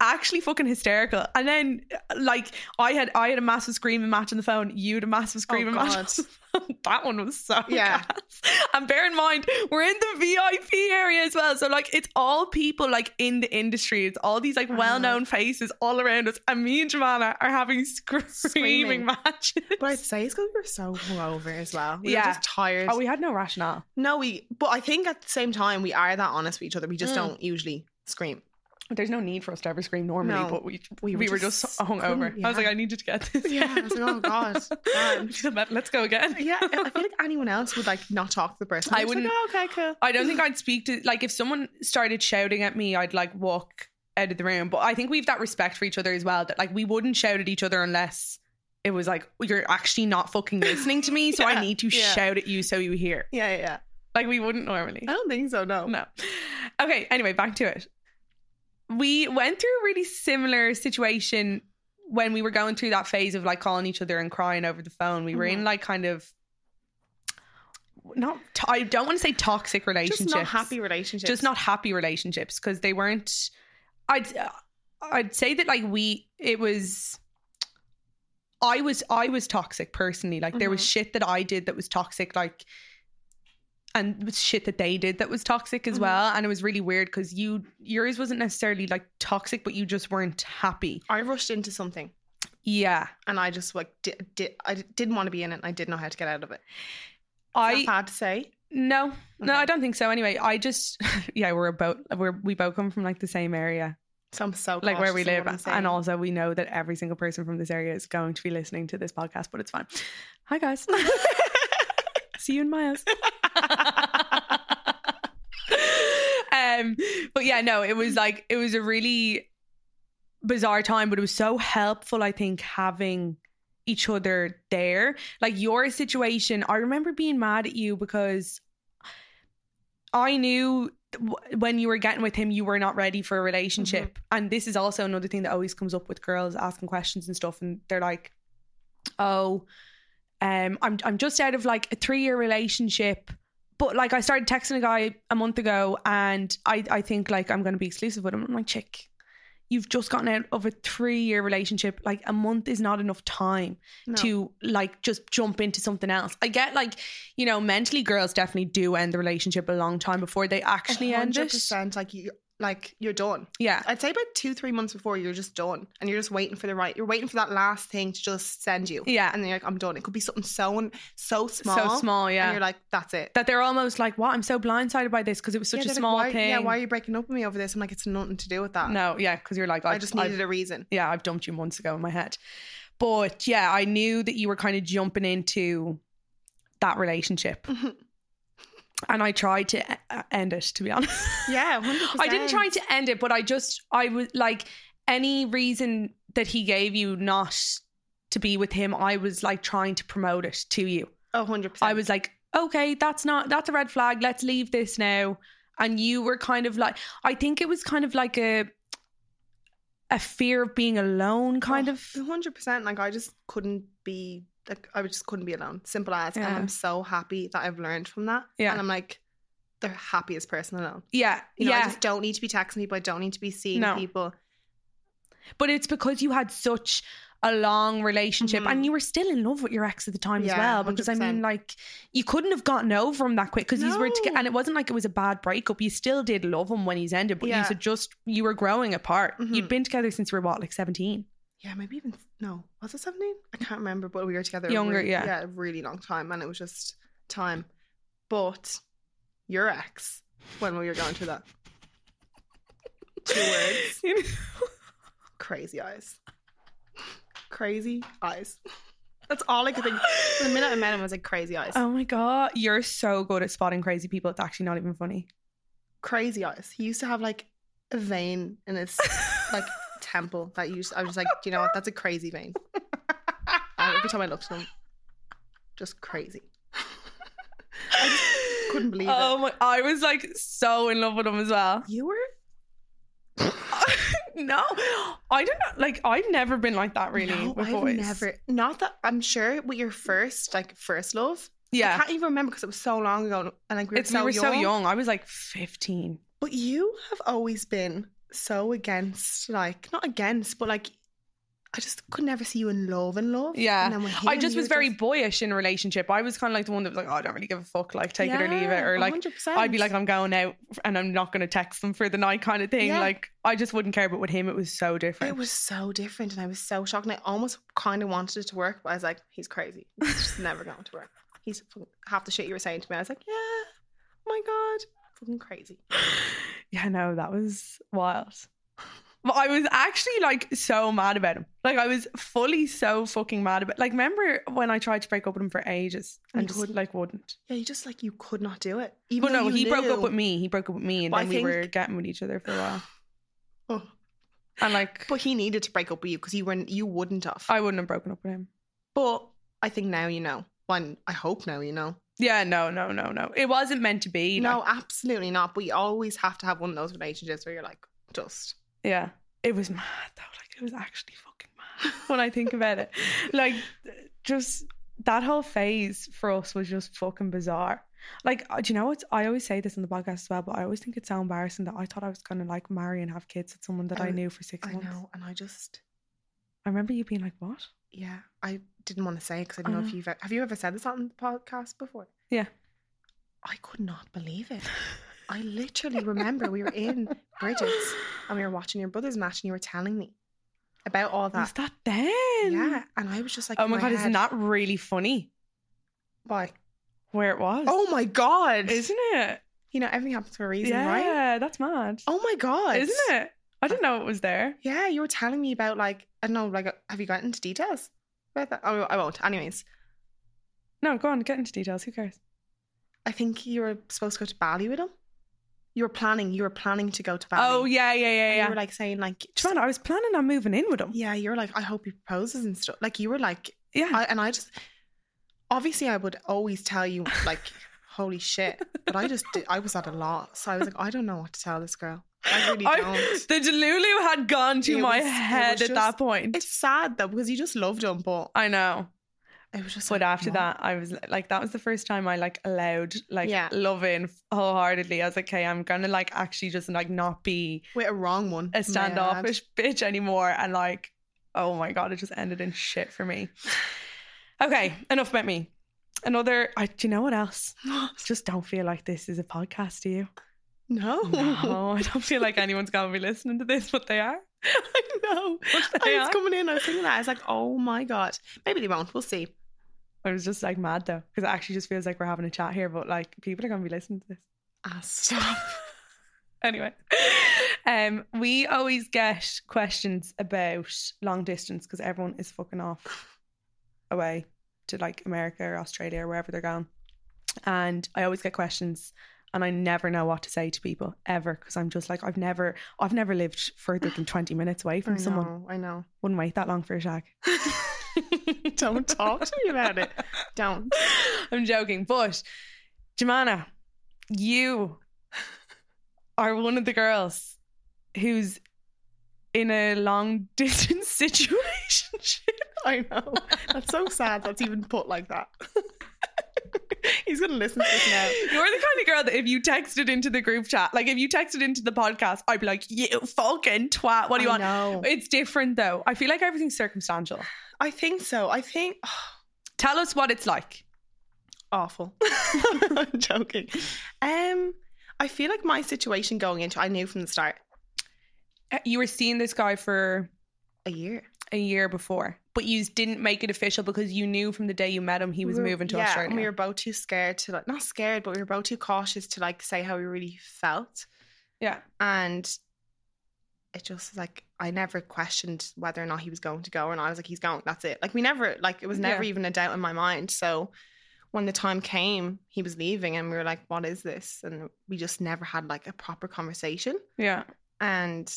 S1: actually fucking hysterical. And then like I had I had a massive screaming match on the phone. You had a massive screaming match. on
S2: Oh, God.
S1: the phone. that one was so
S2: Yeah.
S1: gas. And bear in mind, we're in the VIP area as well. So like it's all people like in the industry. It's all these like
S2: I know.
S1: well known faces all around us. And me and Jemana are having screaming,
S2: Screaming.
S1: matches.
S2: but I'd say it's because we were so hungover as well. We
S1: Yeah.
S2: were just tired.
S1: Oh, we had no rationale.
S2: No, we. But I think at the same time we are that honest with each other. We just
S1: Mm.
S2: don't usually scream.
S1: There's no need for us to ever scream normally,
S2: No.
S1: but we we
S2: We
S1: were,
S2: were
S1: just,
S2: just-
S1: hungover.
S2: couldn't-
S1: I was like,
S2: yeah.
S1: I need you to get this.
S2: Yeah, I was like, oh, God, man.
S1: She said, "Let- Let's go again.
S2: Yeah, I I feel like anyone else would like not talk to the person.
S1: I
S2: They're just
S1: wouldn't-
S2: Like, oh, okay,
S1: I don't think I'd speak to like if someone started shouting at me, I'd like walk out of the room. But I think we've that respect for each other as well. That like we wouldn't shout at each other unless it was like you're actually not fucking listening to me, so I
S2: Yeah,
S1: need to
S2: yeah.
S1: shout at you so you hear.
S2: cool. Yeah, yeah, yeah.
S1: Like we wouldn't normally.
S2: I don't think so. No.
S1: No. Okay, anyway, back to it. We went through a really similar situation when we were going through that phase of like calling each other and crying over the phone. We were in
S2: Mhm.
S1: like kind of not to- I don't want to say toxic relationships.
S2: Just not happy relationships.
S1: Just not happy relationships because they weren't I'd I'd say that like we it was I was I was toxic personally. Like there was
S2: Mm-hmm.
S1: shit that I did that was toxic like and was shit that they did that was toxic as
S2: Mhm.
S1: well and it was really weird cuz you yours wasn't necessarily like toxic but you just weren't happy.
S2: I rushed into something
S1: Yeah.
S2: and I just like di- di- I di- didn't want to be in it. and I didn't know how to get out of it.
S1: I
S2: It's not bad to say.
S1: no. No,
S2: Okay.
S1: I don't think so anyway. I just yeah, we're about we're we both come from like the same area.
S2: So I'm so
S1: like where we
S2: cautious
S1: live
S2: of what I'm saying.
S1: and also we know that every single person from this area is going to be listening to this podcast but it's fine hi guys see you in my house um but yeah no it was like it was a really bizarre time but it was so helpful i think having each other there like your situation i remember being mad at you because i knew w- when you were getting with him you were not ready for a relationship and this is also another thing that always comes up with girls asking questions and stuff and they're like oh um i'm i'm just out of like a 3 year relationship but like i started texting a guy a month ago and i i think like i'm going to be exclusive with him i'm like chick you've just gotten out of a 3 year relationship like a month is not enough time
S2: No.
S1: to like just jump into something else. I get like, you know, mentally girls definitely do end the relationship a long time before they actually end it.
S2: 100%, like you, like you're done.
S1: Yeah.
S2: I'd say about two, three months before you're just done and you're just waiting for the right, you're waiting for that last thing to just send you.
S1: Yeah.
S2: And then you're like, I'm done. It could be something so, so small.
S1: So small,
S2: And
S1: yeah.
S2: you're like, that's it.
S1: that they're almost like, "What? I'm so blindsided by this because it was
S2: Yeah,
S1: such
S2: they're
S1: a
S2: like,
S1: small
S2: why,
S1: thing."
S2: Yeah, why are you breaking up with me over this? I'm like, it's nothing to do with that.
S1: No, yeah, because you're like,
S2: I
S1: I've,
S2: just
S1: I've-
S2: needed a reason.
S1: yeah, I've dumped you months ago in my head. But yeah, I knew that you were kind of jumping into that relationship,
S2: Mhm.
S1: and I tried to e- e- end it. To be honest,
S2: Yeah, 100%.
S1: I didn't try to end it, but I just I was like any reason that he gave you not to be with him, I was like trying to promote it to you.
S2: Oh, 100%.
S1: I was like, okay, that's not that's a red flag. Let's leave this now. And you were kind of like, I think it was kind of like a a fear of being alone, kind
S2: Oh,
S1: of.
S2: 100%. Like, I just couldn't be, like, I just couldn't be alone. Simple as. And
S1: Yeah.
S2: I'm so happy that I've learned from that.
S1: Yeah.
S2: And I'm like, the happiest person alone.
S1: Yeah,
S2: You know, I
S1: yeah.
S2: just don't need to be texting people. I don't need to be seeing
S1: No.
S2: people.
S1: but it's because you had such a long relationship
S2: Mhm.
S1: and you were still in love with your ex at the time as
S2: Yeah,
S1: well. Because I mean,
S2: 100%.
S1: like, you couldn't have gotten over him that quick because you were together.
S2: No.
S1: And it wasn't like it was a bad breakup. You still did love him when he's ended, but you
S2: Yeah.
S1: had just, you were growing apart. You'd
S2: Mhm.
S1: been together since you were what, like 17?
S2: Yeah, maybe even no. Was it seventeen? I can't remember, but we were together. a
S1: Younger,
S2: really-
S1: yeah.
S2: yeah, a really long time, and it was just time. But your ex, when we were going through that, two words, crazy eyes, crazy eyes. That's all I could think. The minute I met him, I was like, crazy eyes,
S1: Oh my god, you're so good at spotting crazy people. It's actually not even funny.
S2: crazy eyes. He used to have like a vein in his like temple that used. I was like, "Do you know what? That's a crazy vein. And every time I looked at him, just crazy. couldn't believe it.
S1: oh my, I was like so in love with him as well.
S2: You were?
S1: no, I don't know. Like I've never been like that really
S2: No,
S1: with
S2: I've
S1: boys.
S2: never. Not that I'm sure with your first, like first love. I
S1: Yeah,
S2: can't even remember because it was so long ago, and like we were,
S1: it's
S2: so,
S1: we were
S2: young.
S1: so young. I was like 15.
S2: But you have always been so against, like not against, but like I just could never see you in love and love.
S1: Yeah.
S2: And then with
S1: I
S2: him,
S1: just
S2: you
S1: was
S2: were
S1: very boyish in a relationship. I was kind of like the one that was like, oh, I don't really give a fuck. Like take it or leave it,
S2: Yeah,
S1: or like.
S2: 100%.
S1: I'd be like, I'm going out and I'm not going to text them for the night, kind of thing.
S2: Yeah.
S1: Like, I just wouldn't care. But with him, it was so different.
S2: It was so different, and I was so shocked. And I almost kind of wanted it to work, but I was like, "He's crazy. It's just never going to work." He's fucking- half the shit you were saying to me. I was like, "Yeah, oh my god, fucking crazy."
S1: Yeah, no, that was wild. But I was actually like so mad about him. Like I was fully so fucking mad about. Like remember when I tried to break up with him for ages
S2: And
S1: and
S2: you
S1: just
S2: couldn't.
S1: like wouldn't.
S2: Yeah, you just like you could not do it.
S1: But
S2: Even though
S1: no,
S2: you
S1: he broke up
S2: knew-
S1: with me. He broke up with me, and
S2: But I
S1: then we were
S2: think-
S1: getting with each other for a while.
S2: Oh.
S1: And like,
S2: But he needed to break up with you because you weren't. You wouldn't have.
S1: I wouldn't have broken up with him.
S2: but I think now you know. One, I hope now you know.
S1: Yeah, no, no, no, no. It wasn't meant to be.
S2: no,
S1: like-
S2: absolutely not. But you always have to have one of those relationships where you're like, just
S1: yeah, it was mad though. Like it was actually fucking mad when I think about it. like just that whole phase for us was just fucking bizarre. Like, uh, do you know what? I always say this on the podcast as well, but I always think it's so embarrassing that I thought I was gonna like marry and have kids with someone that I
S2: Oh,
S1: knew for six
S2: I
S1: months.
S2: know, and I just.
S1: I remember you being like, "What?"
S2: Yeah, I didn't want to say because
S1: I
S2: I don't know,
S1: know.
S2: if you've e, have you ever said this on the podcast before.
S1: Yeah.
S2: I could not believe it. I literally remember we were in Bridget's and we were watching your brother's match, and you were telling me about all
S1: was
S2: that.
S1: that then?
S2: Yeah, and I was just like,
S1: oh
S2: in
S1: my, god,
S2: head,
S1: isn't that really funny?
S2: why?
S1: Where it was?
S2: Oh my god!
S1: isn't it?
S2: you know everything happens for a reason, right?
S1: yeah, that's mad.
S2: Oh my god!
S1: isn't it? I didn't know it was there.
S2: Yeah, you were telling me about like I don't know, like have you gotten into details about that? Oh, I won't. Anyways,
S1: No, go on, get into details. Who cares?
S2: I think you were supposed to go to Bali with him. You were planning. You were planning to go to Bali.
S1: Oh yeah, yeah, yeah,
S2: And
S1: yeah.
S2: You were like saying like,
S1: Joanna, I was planning on moving in with him.
S2: yeah, you were like, I hope he proposes and stuff. Like you were like,
S1: Yeah.
S2: I, and I just obviously I would always tell you like, holy shit, but I just did, I was at a loss. So I was like, I don't know what to tell this girl. I really
S1: I-
S2: don't.
S1: the Delulu had gone to
S2: It
S1: my
S2: was- it
S1: head
S2: was
S1: at that
S2: just-
S1: point.
S2: It's sad though because you just loved him, but
S1: I know.
S2: it was just.
S1: But
S2: like,
S1: after
S2: what?
S1: that, I was li- like, that was the first time I like allowed like
S2: Yeah.
S1: loving wholeheartedly. I was like, okay, I'm gonna like actually just like not be
S2: wait, a wrong one,
S1: a
S2: Mad.
S1: standoffish bitch anymore. And like, oh my god, it just ended in shit for me. Okay, enough about me. Another, I, do you know what else? Just don't feel like this is a podcast, do you?
S2: No.
S1: No, I don't feel like anyone's gonna be listening to this, but they are.
S2: I know.
S1: But
S2: I
S1: they
S2: was
S1: are.
S2: coming in, I was thinking that. I was like, oh my God. Maybe they won't. We'll see.
S1: I was just like mad though, because it actually just feels like we're having a chat here, but like people are gonna be listening to this.
S2: Ah, stop.
S1: anyway um we always get questions about long distance because everyone is fucking off away to like america or australia or wherever they're going and i always get questions and i never know what to say to people ever because i'm just like i've never i've never lived further than 20 minutes away
S2: I
S1: from someone
S2: know, I know.
S1: wouldn't wait that long for a shag
S2: Don't talk to me about it. Don't.
S1: I'm joking. But Jemana, you are one of the girls who's in a long distance situation.
S2: I know. That's so sad that's even put like that. He's going to listen to this now.
S1: You're the kind of girl that if you texted into the group chat, like if you texted into the podcast, I'd be like, you fucking twat, what do you
S2: I
S1: want?
S2: Know.
S1: It's different though. I feel like everything's circumstantial.
S2: I think so. I think.
S1: Tell us what it's like.
S2: awful. I'm joking. Um, I feel like my situation going into I knew from the start
S1: Uh, You were seeing this guy for
S2: a year.
S1: a year before, but you didn't make it official because you knew from the day you met him he was
S2: We were-
S1: moving to
S2: yeah,
S1: Australia.
S2: And we were both too scared to like not scared, but we were both too cautious to like say how we really felt.
S1: Yeah.
S2: And it just was like I never questioned whether or not he was going to go or not. I was like, he's going, that's it. Like we never like it was never
S1: Yeah.
S2: even a doubt in my mind. So when the time came, he was leaving and we were like, What is this? And we just never had like a proper conversation.
S1: Yeah.
S2: and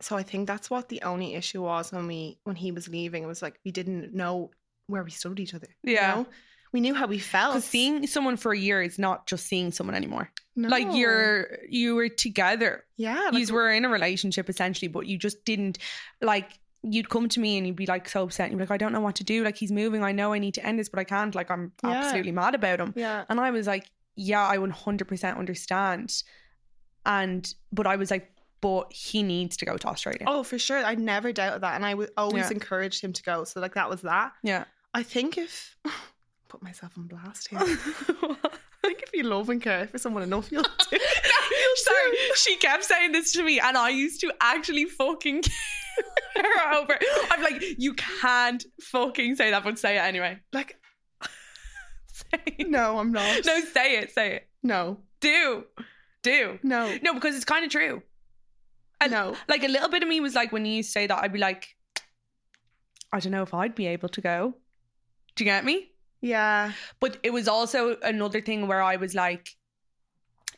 S2: so i think that's what the only issue was when we when he was leaving it was like we didn't know where we stood with each other you
S1: Yeah.
S2: know? we knew how we felt
S1: Because seeing someone for a year is not just seeing someone anymore.
S2: No.
S1: Like you're you were together.
S2: yeah like,
S1: You were in a relationship essentially, but you just didn't like you'd come to me and you'd be like so upset and you'd be like, I don't know what to do. Like he's moving. I know I need to end this, but I can't. Like I'm
S2: Yeah.
S1: absolutely mad about him.
S2: yeah
S1: And I was like, Yeah, I 100% understand. And but I was like, but he needs to go to Australia.
S2: oh for sure i never doubted that and i would always
S1: Yeah.
S2: encouraged him to go so like that was that
S1: Yeah.
S2: i think if put myself on blast here i think if you love and care for someone enough you'll do
S1: Sorry, she kept saying this to me, and I used to actually fucking kill her over. it. I'm like, you can't fucking say that, but say it anyway.
S2: like
S1: Say it.
S2: no i'm not
S1: No, say it, say it.
S2: no
S1: Do, do.
S2: no
S1: No, because it's kind of true. And
S2: no
S1: Like a little bit of me was like, when you say that, I'd be like, I don't know if I'd be able to go. Do you get me?
S2: yeah
S1: But it was also another thing where I was like,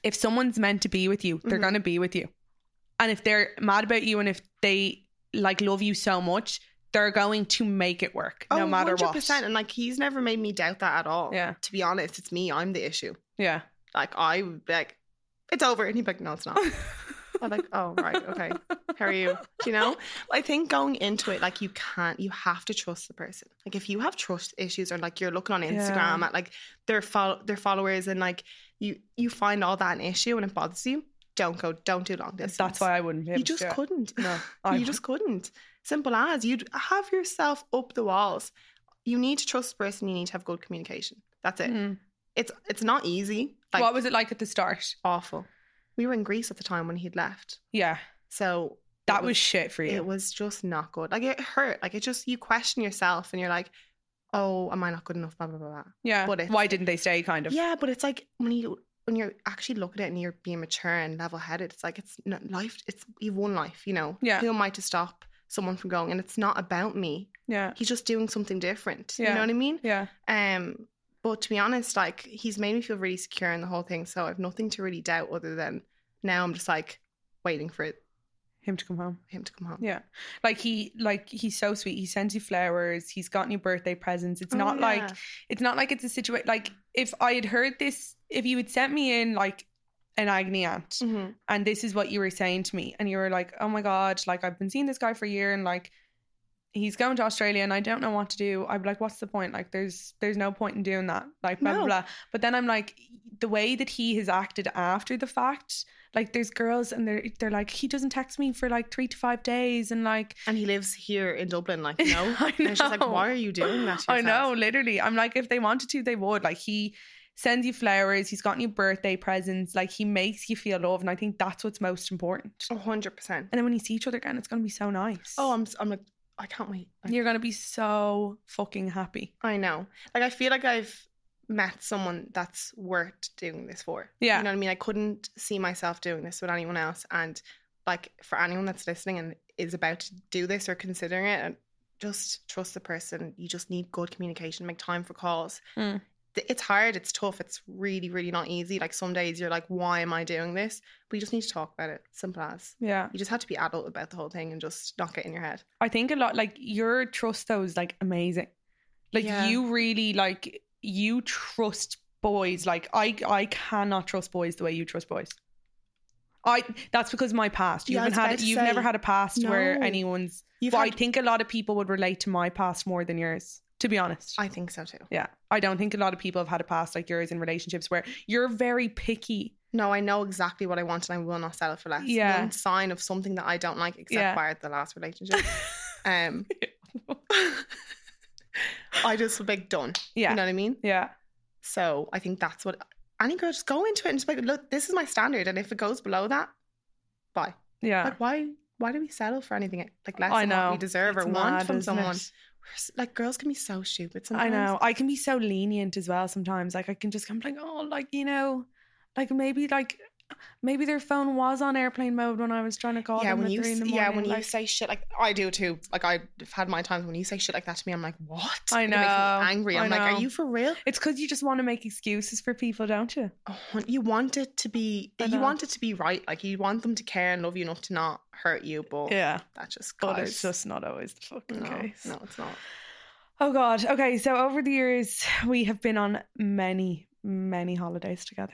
S1: if someone's meant to be with you, they're
S2: Mhm.
S1: gonna be with you. And if they're mad about you and if they like love you so much, they're going to make it work
S2: Oh,
S1: no matter what.
S2: And like he's never made me doubt that at all.
S1: Yeah.
S2: To be honest, it's me. I'm the issue.
S1: Yeah.
S2: Like I would be like, it's over. And he'd be like, no, it's not. I'm like, oh right, okay. How are you? Do you know? I think going into it, like you can't you have to trust the person. Like if you have trust issues or like you're looking on Instagram
S1: Yeah.
S2: at like their fol- their followers and like you you find all that an issue and it bothers you, don't go, don't do long distance.
S1: That's why I wouldn't be able
S2: you
S1: to
S2: just
S1: do it.
S2: couldn't.
S1: No, I
S2: you just couldn't. Simple as you'd have yourself up the walls. You need to trust the person. You need to have good communication. That's it.
S1: wouldn't. Mm.
S2: It's it's not easy. Like
S1: what was it like at the start?
S2: awful. We were in Greece at the time when he'd left,
S1: Yeah.
S2: so
S1: That
S2: it
S1: was, shit for
S2: it
S1: you.
S2: was just not good. Like it hurt. Like it just you question yourself and you're like, oh, am I not good enough? Blah blah blah. blah.
S1: yeah.
S2: but it's-
S1: why didn't they stay kind of?
S2: Yeah, but it's like when you when you're actually looking at it and you're being mature and level headed, it's like it's not life. It's you've one life, you know.
S1: Yeah.
S2: Who am I to stop someone from going? And it's not about me.
S1: Yeah.
S2: He's just doing something different. You
S1: Yeah.
S2: know what I mean?
S1: Yeah.
S2: Um. But to be honest, like he's made me feel really secure in the whole thing, so I've nothing to really doubt other than now I'm just like waiting for it,
S1: Him to come home.
S2: him to come home.
S1: Yeah. Like he like he's so sweet. He sends you flowers. He's gotten you birthday presents. It's
S2: Oh,
S1: not like
S2: yeah.
S1: it's not like it's a situation like if I had heard this, if you had sent me in like an agony aunt
S2: Mhm.
S1: and this is what you were saying to me, and you were like, Oh my god, like I've been seeing this guy for a year and like he's going to Australia and I don't know what to do. I'd be like, What's the point? Like there's there's no point in doing that. Like blah blah
S2: No.
S1: blah. But then I'm like the way that he has acted after the fact, like there's girls and they're they're like, he doesn't text me for like three to five days and like
S2: And he lives here in Dublin, like you know.
S1: I
S2: And she's like,
S1: know.
S2: "Why are you doing that?" to
S1: I
S2: yourself?"
S1: know, literally. I'm like, if they wanted to, they would. Like he sends you flowers. He's gotten you birthday presents. Like he makes you feel loved, and I think that's what's most important.
S2: hundred percent.
S1: And then when you see each other again, it's gonna be so nice.
S2: Oh, I'm s- I'm a, I can't wait. Like,
S1: you're gonna be so fucking happy.
S2: I know. Like I feel like I've met someone that's worth doing this for.
S1: Yeah.
S2: You know what I mean? I couldn't see myself doing this with anyone else. And like for anyone that's listening and is about to do this or considering it, and just trust the person. You just need good communication. Make time for calls.
S1: Mm.
S2: Th- It's hard. It's tough. It's really, really not easy. Like some days you're like, why am I doing this? But you just need to talk about it. Simple as.
S1: Yeah.
S2: You just have to be adult about the whole thing and just not get in your head.
S1: I think a lot like your trust though is like amazing. Like
S2: Yeah.
S1: you really like you trust boys. Like I I cannot trust boys the way you trust boys. I that's because my past. You
S2: Yeah, I
S1: haven't
S2: was
S1: had
S2: about to
S1: you've
S2: say,
S1: never had a past where
S2: no.
S1: anyone's
S2: You've
S1: but I
S2: had-
S1: think a lot of people would relate to my past more than yours, to be honest.
S2: I think so too.
S1: yeah. I don't think a lot of people have had a past like yours in relationships where you're very picky.
S2: No, I know exactly what I want and I will not settle for less.
S1: Yeah.
S2: One sign of something that I don't like, except
S1: Yeah.
S2: by the last relationship. um I just was like done.
S1: Yeah.
S2: You know what I mean?
S1: Yeah.
S2: So I think that's what any girl just go into it and just be like, look, this is my standard. And if it goes below that, bye.
S1: Yeah.
S2: Like why why do we settle for anything like less
S1: I
S2: than what
S1: know.
S2: we deserve
S1: It's
S2: or want
S1: mad,
S2: from
S1: isn't
S2: someone?
S1: it?
S2: We're s- Like girls can be so stupid
S1: I
S2: sometimes.
S1: know. I can be so lenient as well sometimes. Like I can just come like, oh, like you know, like maybe like maybe their phone was on airplane mode when I was trying to call
S2: yeah,
S1: them
S2: when
S1: at
S2: you
S1: three in the
S2: s-
S1: morning.
S2: yeah, when you
S1: like-
S2: say shit like I do too. Like I've had my times when you say shit like that to me, I'm like, what?
S1: I
S2: It makes me
S1: know,
S2: angry.
S1: I
S2: I'm like,
S1: know.
S2: are you for real?
S1: it's because you just want to make excuses for people, don't you?
S2: I want- You want it to be,
S1: I
S2: you
S1: know.
S2: want it to be right. Like you want them to care and love you enough to not hurt you, but
S1: Yeah,
S2: that just
S1: but
S2: causes-
S1: it's just not always the fucking
S2: Oh, no,
S1: case.
S2: no, it's not.
S1: Oh God. Okay, so over the years we have been on many, many holidays together.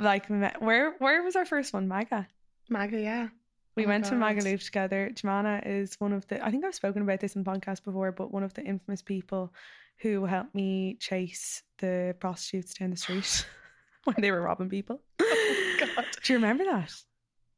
S1: Like, me- where where was our first one, Maga?
S2: Maggie, yeah,
S1: We
S2: Oh my
S1: went to
S2: God.
S1: Magaluf together. Jemana is one of the, I think I've spoken about this in podcast before, but one of the infamous people who helped me chase the prostitutes down the street when they were robbing people.
S2: Oh, God.
S1: Do you remember that?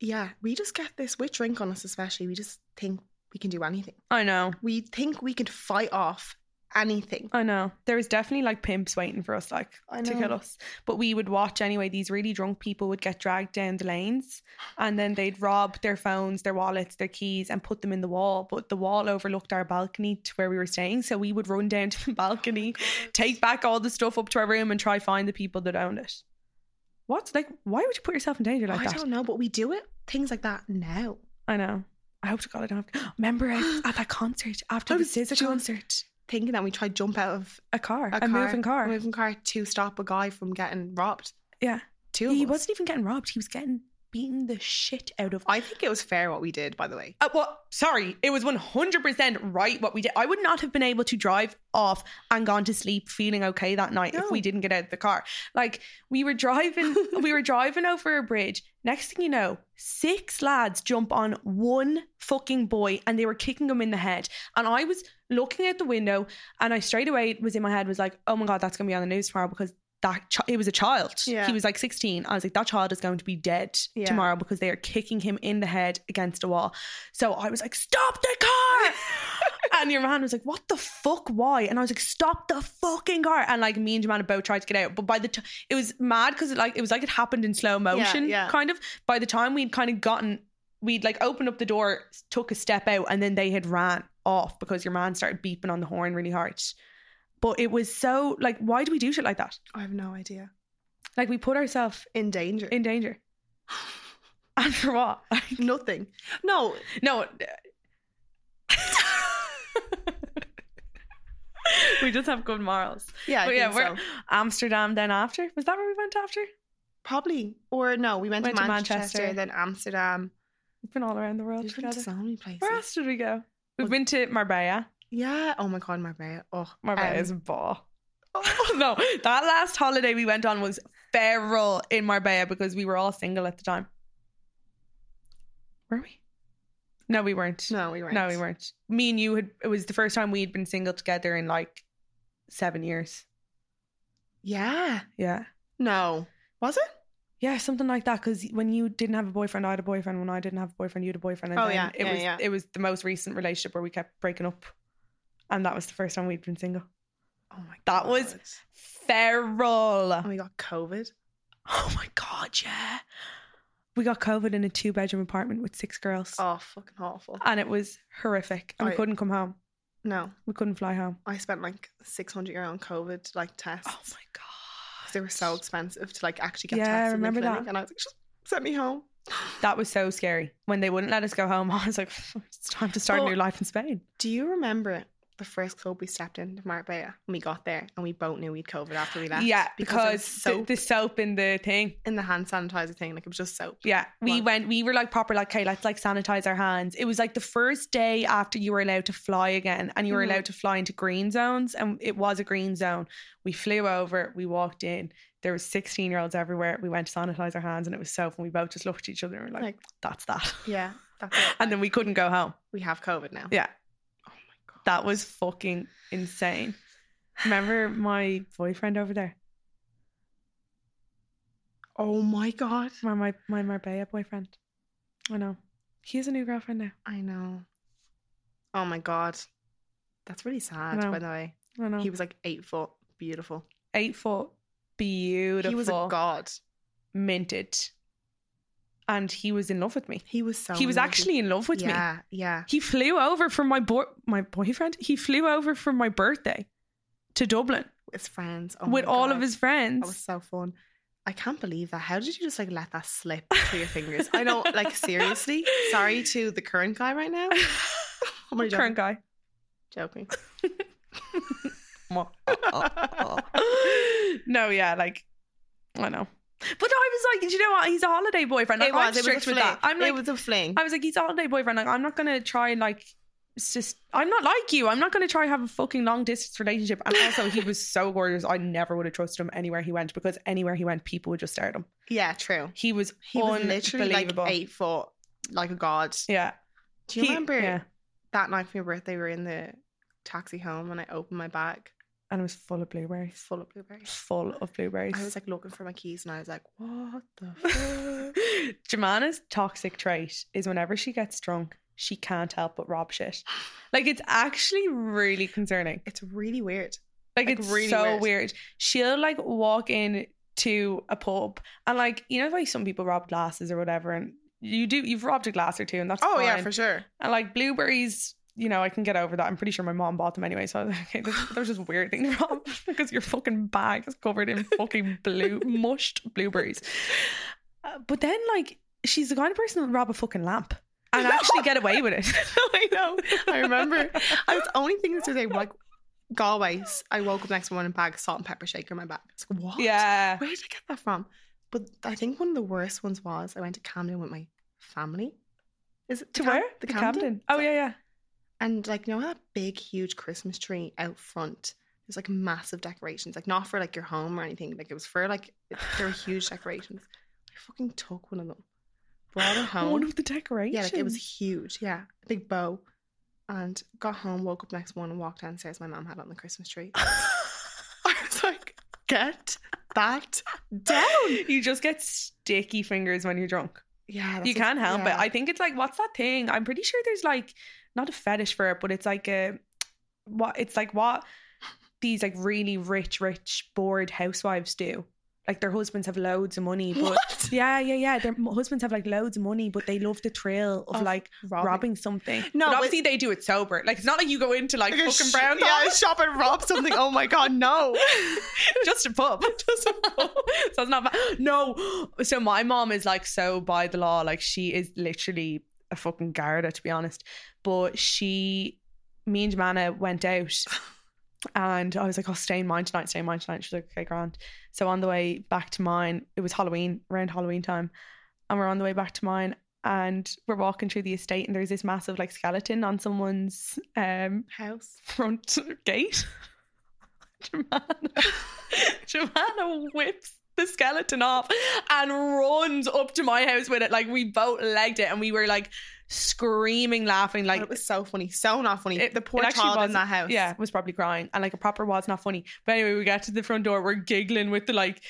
S2: yeah. We just get this. We drink on us, especially. We just think we can do anything.
S1: I know.
S2: We think we can fight off anything.
S1: I know. There was definitely like pimps waiting for us, like
S2: I
S1: to kill us. But we would watch anyway. These really drunk people would get dragged down the lanes and then they'd rob their phones, their wallets, their keys and put them in the wall. But the wall overlooked our balcony to where we were staying. So we would run down to the
S2: Oh
S1: balcony, take back all the stuff up to our room and try find the people that owned it. What? Like, why would you put yourself in danger like
S2: I
S1: that?
S2: don't know, but we do it. Things like that now.
S1: I know. I hope to God I don't have. Remember at, at that concert after
S2: I
S1: the
S2: was
S1: Scissor
S2: just-
S1: concert,
S2: Thinking that we try to jump out of
S1: a car,
S2: a,
S1: a,
S2: car,
S1: moving car.
S2: a moving car to stop a guy from getting robbed.
S1: Yeah.
S2: Two. of
S1: he
S2: us.
S1: wasn't even getting robbed. He was getting beaten the shit out of.
S2: I think it was fair what we did, by the way.
S1: Uh, well, sorry, it was 100% right what we did. I would not have been able to drive off and gone to sleep feeling okay that night if
S2: No.
S1: we didn't get out of the car. Like we were driving we were driving over a bridge. Next thing you know, six lads jump on one fucking boy and they were kicking him in the head. And I was looking out the window and I straight away was in my head was like, "Oh my god, that's going to be on the news tomorrow because that chi- it was a child.
S2: Yeah.
S1: He was like 16. I was like, that child is going to be dead
S2: Yeah.
S1: tomorrow because they are kicking him in the head against a wall. So I was like, stop the car. and your man was like, what the fuck? Why? And I was like, stop the fucking car. And like me and Jemana both tried to get out. But by the time it was mad because it like it was like it happened in slow motion,
S2: yeah.
S1: kind of. By the time we'd kind of gotten we'd like opened up the door, s- took a step out, and then they had ran off because your man started beeping on the horn really hard. But it was so like, why do we do shit like that?
S2: I have no idea.
S1: Like we put ourselves
S2: In danger.
S1: in danger. And for what? Like,
S2: Nothing. No,
S1: no. we just have good morals.
S2: yeah, I
S1: But Oh, yeah,
S2: think
S1: we're-
S2: so.
S1: Amsterdam then after. Was that where we went after?
S2: probably or no. We went,
S1: Went
S2: to,
S1: to
S2: Manchester,
S1: Manchester.
S2: then Amsterdam.
S1: We've been all around the world
S2: We've been to
S1: together.
S2: so many places.
S1: Where else did we go? We've
S2: Was-
S1: been to Marbella.
S2: Yeah. Oh my god, Marbella. Oh,
S1: Marbella
S2: um,
S1: is a ball. Oh no, that last holiday we went on was feral in Marbella because we were all single at the time. Were we? No, we weren't.
S2: No, we weren't.
S1: No, we weren't. Me and you had. It was the first time we had been single together in like seven years.
S2: Yeah.
S1: Yeah,
S2: No. Was it?
S1: yeah, something like that. Because when you didn't have a boyfriend, I had a boyfriend. When I didn't have a boyfriend, you had a boyfriend. And
S2: Oh,
S1: then
S2: yeah,
S1: it
S2: yeah,
S1: was
S2: yeah.
S1: it was the most recent relationship where we kept breaking up, and that was the first time we'd been single.
S2: Oh my
S1: That was-
S2: God.
S1: Feral.
S2: And we got COVID.
S1: Oh my god, yeah. We got COVID in a two bedroom apartment with six girls.
S2: Oh, fucking awful.
S1: And it was horrific. And we
S2: I-
S1: couldn't come home.
S2: No,
S1: We couldn't fly home.
S2: I spent like 600 euro on COVID like tests.
S1: Oh my god.
S2: 'cause they were so expensive to like actually get
S1: Yeah, I
S2: tests in the
S1: remember that.
S2: clinic. And I was like, just send me home.
S1: That was so scary. When they wouldn't let us go home, I was like, it's time to start
S2: Well-
S1: a new life in Spain.
S2: Do you remember the first club we stepped into Marbella when we got there and we both knew we'd COVID after we left?
S1: yeah,
S2: there
S1: because
S2: was
S1: soap.
S2: soap
S1: The, soap in the thing.
S2: in the hand sanitizer thing, like it was just soap.
S1: Yeah, we
S2: Right.
S1: went. We were like proper, like, okay, let's like sanitize our hands. It was like the first day after you were allowed to fly again, and you were
S2: Mhm.
S1: allowed to fly into green zones, and it was a green zone. We flew over. We walked in. There was sixteen year olds everywhere. We went to sanitize our hands, and it was soap. And we both just looked at each other and were like,
S2: Like-
S1: "That's that."
S2: Yeah, that's it.
S1: And then we couldn't go home.
S2: we have COVID now.
S1: Yeah.
S2: Oh my god.
S1: That was fucking insane. Remember my boyfriend over there,
S2: Oh my god.
S1: my my my Marbella boyfriend. I know. He has a new girlfriend now.
S2: I know. Oh my god. That's really sad.
S1: No.
S2: By the way,
S1: I know.
S2: he was like eight foot, beautiful.
S1: eight foot, beautiful,
S2: He was a god.
S1: minted, and he was in love with me.
S2: He was so.
S1: he was
S2: amazing.
S1: actually in love with me.
S2: yeah, yeah.
S1: He flew over from my boy, my boyfriend. He flew over for my birthday to Dublin
S2: With his friends, oh
S1: with
S2: my
S1: all of
S2: God.
S1: his
S2: That was
S1: friends.
S2: so fun. I can't believe that. How did you just like let that slip through your fingers? I know, like seriously. Sorry to the current guy right now. Oh I'm only
S1: Current guy.
S2: joking.
S1: no, yeah, like I know. But I was like, do you know what? He's a holiday boyfriend. Like,
S2: It was.
S1: I'm
S2: It
S1: strict
S2: was a
S1: with
S2: fling.
S1: that. I'm like,
S2: it was a fling.
S1: I was like, he's a holiday boyfriend. Like, I'm not gonna try and like, it's just, I'm not like you. I'm not gonna try and have a fucking long distance relationship. And also, he was so gorgeous. I never would have trusted him anywhere he went because anywhere he went, people would just stare at him.
S2: yeah, true.
S1: He was
S2: He was literally like
S1: unbelievable.
S2: eight foot, like a god.
S1: Yeah.
S2: Do you
S1: He-
S2: remember
S1: Yeah.
S2: that night for your birthday? We were in the taxi home, and I opened my bag
S1: And it was full of blueberries.
S2: full of blueberries.
S1: Full of blueberries.
S2: I was like looking for my keys, and I was like, "What the fuck?"
S1: Jemana's toxic trait is whenever she gets drunk, she can't help but rob shit. Like it's actually really concerning.
S2: it's really weird.
S1: Like,
S2: Like,
S1: it's
S2: really
S1: so weird.
S2: weird.
S1: She'll like walk in to a pub and like you know the way some people rob glasses or whatever, and you do you've robbed a glass or two, and that's
S2: Oh yeah,
S1: fine.
S2: for sure.
S1: and like blueberries. You know, I can get over that. I'm pretty sure my mom bought them anyway. So I was like, okay, this, that was just a weird thing to rob because your fucking bag is covered in fucking blue, mushed blueberries. Uh, but then, like, she's the kind of person that would rob a fucking lamp and actually get away with it.
S2: I know. I remember. I was only thinking this today, like Galway. s- I woke up next morning, bag of salt and pepper shaker in my bag. It's like what?
S1: Yeah.
S2: Where did I get that from? But I think one of the worst ones was I went to Camden with my family. Is it
S1: To
S2: the Cam-
S1: where?
S2: The
S1: To
S2: Camden.
S1: Oh, yeah, yeah.
S2: And like, you know that big, huge Christmas tree out front? There's like massive decorations, like not for like your home or anything. Like it was for like there were huge decorations. I fucking took one of them, brought it home.
S1: One of the decorations.
S2: Yeah, like it was huge. Yeah, a big bow. And got home, woke up next morning, walked downstairs. My mom had it on the Christmas tree. I was like, get that down.
S1: you just get sticky fingers when you're drunk.
S2: Yeah, that's
S1: you
S2: a-
S1: can't help
S2: yeah.
S1: it. I think it's like what's that thing? I'm pretty sure there's like not a fetish for it, but it's like a what it's like what these like really rich, rich, bored housewives do. Like their husbands have loads of money, but
S2: What?
S1: yeah, yeah, yeah. Their m- husbands have like loads of money, but they love the thrill of
S2: Of
S1: like robbing, something. but
S2: No, but-
S1: obviously they do it sober. Like it's not like you go into like
S2: Like a
S1: fucking
S2: sh-
S1: brown
S2: yeah,
S1: yeah.
S2: shop and rob something. Oh my god, no.
S1: just a pub. Just a pub. so it's not bad. No. So my mom is like so by the law. Like she is literally a fucking Garda, to be honest. But she, me and Jemana went out. And I was like, I'll stay in mine tonight, stay in mine tonight. She was like, okay, grand. So on the way back to mine, it was Halloween, around Halloween time. And we're on the way back to mine and we're walking through the estate and there's this massive like skeleton on someone's um
S2: House.
S1: front gate. Jemana, Jemana whips the skeleton off and runs up to my house with it. Like we both legged it and we were like screaming, laughing.
S2: Like
S1: Like
S2: it was so funny, so not funny.
S1: It-
S2: the poor
S1: it actually
S2: child
S1: was-
S2: in that house.
S1: yeah, was probably crying and like a proper was not funny. But anyway, we got to the front door. We're giggling with the like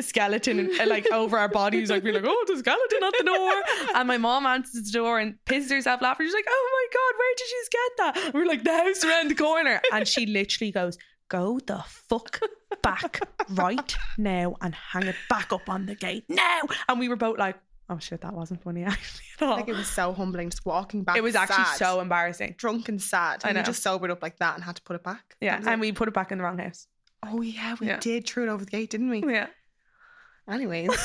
S1: skeleton and, and, like over our bodies, like we're like, oh, the skeleton at the door. And my mom answers the door and pisses herself laughing. She's like, oh my god, where did you get that? And we're like, the house around the corner. And she literally goes, go the fuck back right now and hang it back up on the gate now. And we were both like, oh shit, that wasn't funny actually at all.
S2: Like it was so humbling just walking back.
S1: it was actually
S2: sad,
S1: so embarrassing.
S2: drunk and sad.
S1: I
S2: And we
S1: know.
S2: just sobered up like that and had to put it back. That
S1: Yeah.
S2: was
S1: And
S2: it.
S1: we put it back in the wrong house.
S2: Oh yeah, we
S1: Yeah.
S2: did threw it over the gate, didn't we?
S1: Yeah.
S2: Anyways.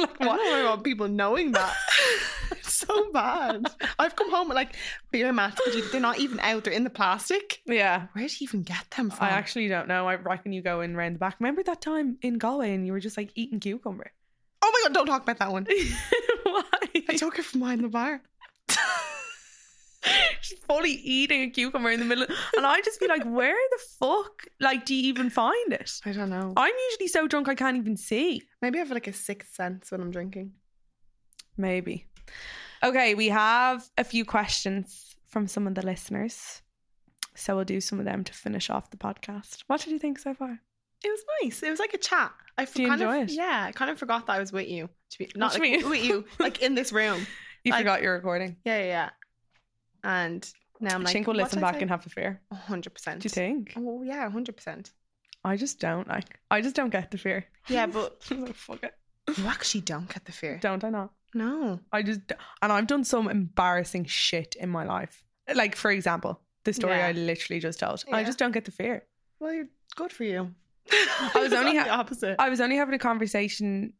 S1: Like
S2: I
S1: what?
S2: don't know about people knowing that. it's so bad. I've come home with like beer mats, but you- they're not even out. They're in the plastic.
S1: Yeah.
S2: Where do you even get them from?
S1: I actually don't know. I reckon you go in round the back. Remember that time in Galway and you were just like eating cucumber?
S2: oh my god, don't talk about that one.
S1: Why?
S2: I took it from behind the bar.
S1: She's fully eating a cucumber in the middle. And I just be like, where the fuck, like, do you even find it?
S2: I don't know.
S1: I'm usually so drunk I can't even see.
S2: Maybe I have like a sixth sense when I'm drinking.
S1: Maybe. Okay, we have a few questions from some of the listeners. So we'll do some of them to finish off the podcast. What did you think so far?
S2: It was nice. It was like a chat. I f-
S1: Do you
S2: kind
S1: enjoy
S2: of,
S1: it?
S2: Yeah, I kind of forgot that I was with you. To be not
S1: do
S2: like,
S1: you mean?
S2: with you, like in this room.
S1: You
S2: Like-
S1: forgot your recording.
S2: Yeah, yeah, yeah. And now I'm
S1: i
S2: like,
S1: think we'll
S2: what
S1: listen
S2: did I
S1: back
S2: say?
S1: and have a fear.
S2: 100%.
S1: Do you think?
S2: Oh yeah, 100%.
S1: I just don't like. I just don't get the fear.
S2: Yeah, but
S1: I'm like, fuck it.
S2: you actually don't get the fear.
S1: Don't I not?
S2: No.
S1: I just d- and I've done some embarrassing shit in my life. Like for example, the story
S2: Yeah.
S1: I literally just told. I
S2: Yeah.
S1: just don't get the fear.
S2: Well, you're good for you.
S1: I was only ha-
S2: on the opposite.
S1: I was only having a conversation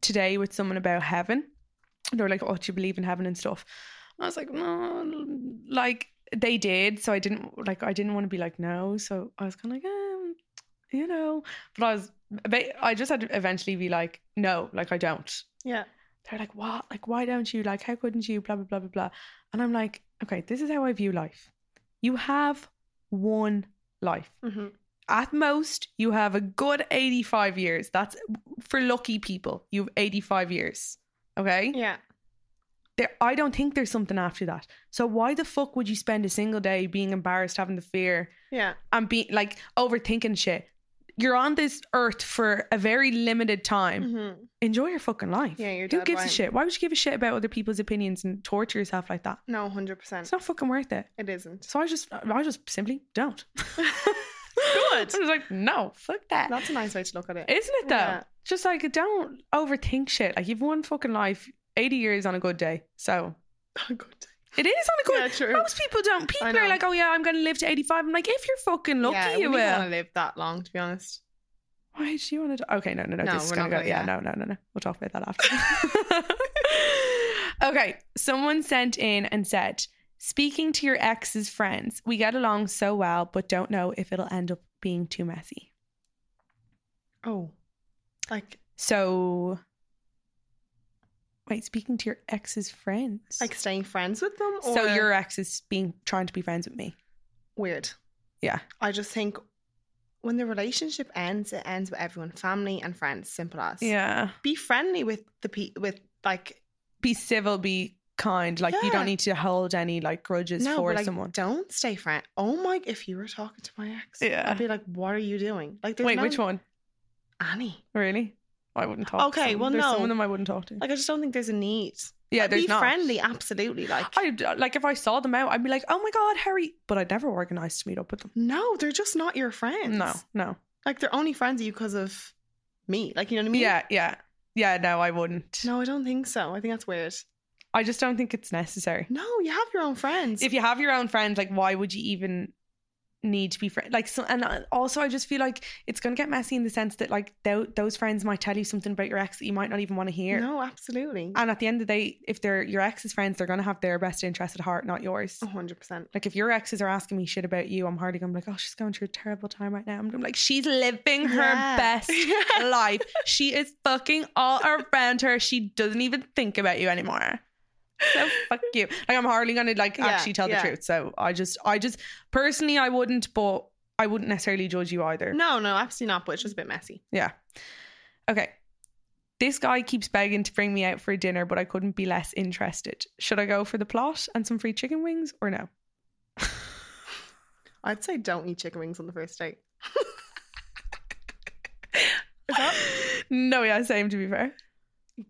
S1: today with someone about heaven. They were like, "Oh, do you believe in heaven and stuff?" And I was like, "No," like they did. So I didn't like. I didn't want to be like no. So I was kind of like, um, you know. But I was. ba- I just had to eventually be like, no, like I don't.
S2: yeah.
S1: They're like, what? Like, why don't you? Like, how couldn't you? Blah blah blah blah blah. And I'm like, okay, this is how I view life. You have one life
S2: Mm-hmm.
S1: at most you have a good 85 years that's for lucky people you have 85 years okay
S2: Yeah.
S1: there i don't think there's something after that so why the fuck would you spend a single day being embarrassed having the fear
S2: Yeah.
S1: and being like overthinking shit you're on this earth for a very limited time
S2: Mm-hmm.
S1: enjoy your fucking life
S2: Yeah, you're
S1: who
S2: dead
S1: gives a
S2: right.
S1: shit why would you give a shit about other people's opinions and torture yourself like that
S2: No, 100%.
S1: it's not fucking worth it
S2: it isn't.
S1: so i just i just simply don't
S2: Good.
S1: i was like no fuck that
S2: That's a nice way to look at it.
S1: Isn't it though?
S2: Yeah.
S1: Just like don't overthink shit. Like you've one fucking life, eighty years on a good day. So
S2: Good.
S1: it is on a
S2: Yeah,
S1: good.
S2: true.
S1: Most people don't. People
S2: know.
S1: are like, oh yeah, I'm gonna live to eighty five. I'm like, if you're fucking lucky,
S2: yeah,
S1: you
S2: we
S1: will.
S2: want to live that long, to be honest.
S1: Why do you want to? Okay, no, no, no.
S2: No,
S1: this is
S2: we're
S1: gonna
S2: not
S1: go.
S2: gonna-
S1: Yeah,
S2: yeah.
S1: no, no, no, no. We'll talk about that after. okay, someone sent in and said, speaking to your ex's friends, we get along so well, but don't know if it'll end up being too messy.
S2: Oh, like
S1: So, wait, speaking to your ex's friends,
S2: like staying friends with them. Or
S1: so your ex is being trying to be friends with me.
S2: weird.
S1: Yeah.
S2: I just think when the relationship ends, it ends with everyone, family and friends. Simple as.
S1: Yeah,
S2: Be friendly with the pe- with like
S1: be civil, be kind. Like you
S2: Yeah.
S1: don't need to hold any like grudges
S2: no,
S1: for
S2: but, like,
S1: someone.
S2: Don't stay friend. Oh my! If you were talking to my ex,
S1: Yeah.
S2: I'd be like, "What are you doing?" Like, there's
S1: Wait,
S2: no-
S1: which one?
S2: Annie.
S1: Really? I wouldn't talk. to
S2: Okay,
S1: some.
S2: well,
S1: there's some
S2: no.
S1: of them I wouldn't talk to.
S2: Like, I just don't think there's a need.
S1: yeah,
S2: Like,
S1: there's
S2: be
S1: not.
S2: friendly, absolutely. Like,
S1: I like if I saw them out, I'd be like, "Oh my god, Harry!" But I'd never organise to meet up with them.
S2: no, they're just not your friends.
S1: No, no.
S2: like they're only friends with you because of me. Like, you know what I mean?
S1: Yeah, yeah, yeah. No, I wouldn't.
S2: No, I don't think so. I think that's weird.
S1: I just don't think it's necessary.
S2: No, you have your own friends.
S1: if you have your own friends, like why would you even need to be friends? Like, so, and uh, also I just feel like it's gonna get messy in the sense that like tho- those friends might tell you something about your ex that you might not even want to hear.
S2: No, absolutely.
S1: And at the end of the day, if they're your ex's friends, they're gonna have their best interest at heart, not yours.
S2: A hundred percent.
S1: Like if your exes are asking me shit about you, I'm hardly gonna be like, oh, she's going through a terrible time right now. I'm gonna be like, she's living her
S2: Yeah.
S1: best life. She is fucking all around her. She doesn't even think about you anymore. So fuck you. Like I'm hardly gonna like
S2: Yeah,
S1: actually tell
S2: yeah.
S1: the truth. So I just I just personally I wouldn't, but I wouldn't necessarily judge you either.
S2: No, no, absolutely not. But it's just a bit messy.
S1: Okay. This guy keeps begging to bring me out for dinner, but I couldn't be less interested. Should I go for the plot and some free chicken wings or no?
S2: I'd say don't eat chicken wings on the first date.
S1: no, yeah, same to be fair.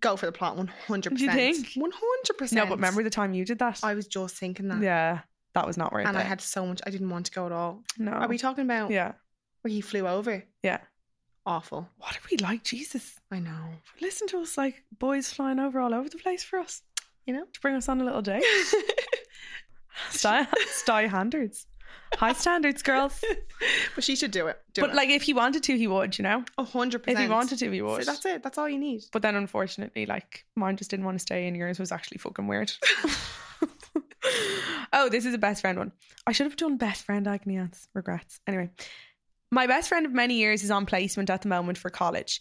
S2: Go for the plot. One hundred
S1: Do you
S2: percent.
S1: think?
S2: One hundred percent.
S1: No, but remember the time you did that?
S2: I was just thinking that.
S1: yeah, that was not worth
S2: And
S1: it.
S2: I had so much. I didn't want to go at all.
S1: no.
S2: Are we talking about
S1: Oh. yeah,
S2: where he flew over.
S1: Yeah.
S2: Awful.
S1: What are we like? Jesus.
S2: I know.
S1: Listen to us like boys flying over all over the place for us,
S2: You know?
S1: to bring us on a little date. Sty, sty standards. High standards, girls.
S2: but she should do it. Do
S1: but
S2: it.
S1: like if he wanted to, he would, you know?
S2: a hundred
S1: If
S2: percent.
S1: he wanted to, he
S2: So
S1: would.
S2: that's it. That's all you need.
S1: But then unfortunately, like mine just didn't want to stay and yours was actually fucking weird. oh, this is a best friend one. I should have done best friend agony aunts. Regrets. Anyway. My best friend of many years is on placement at the moment for college.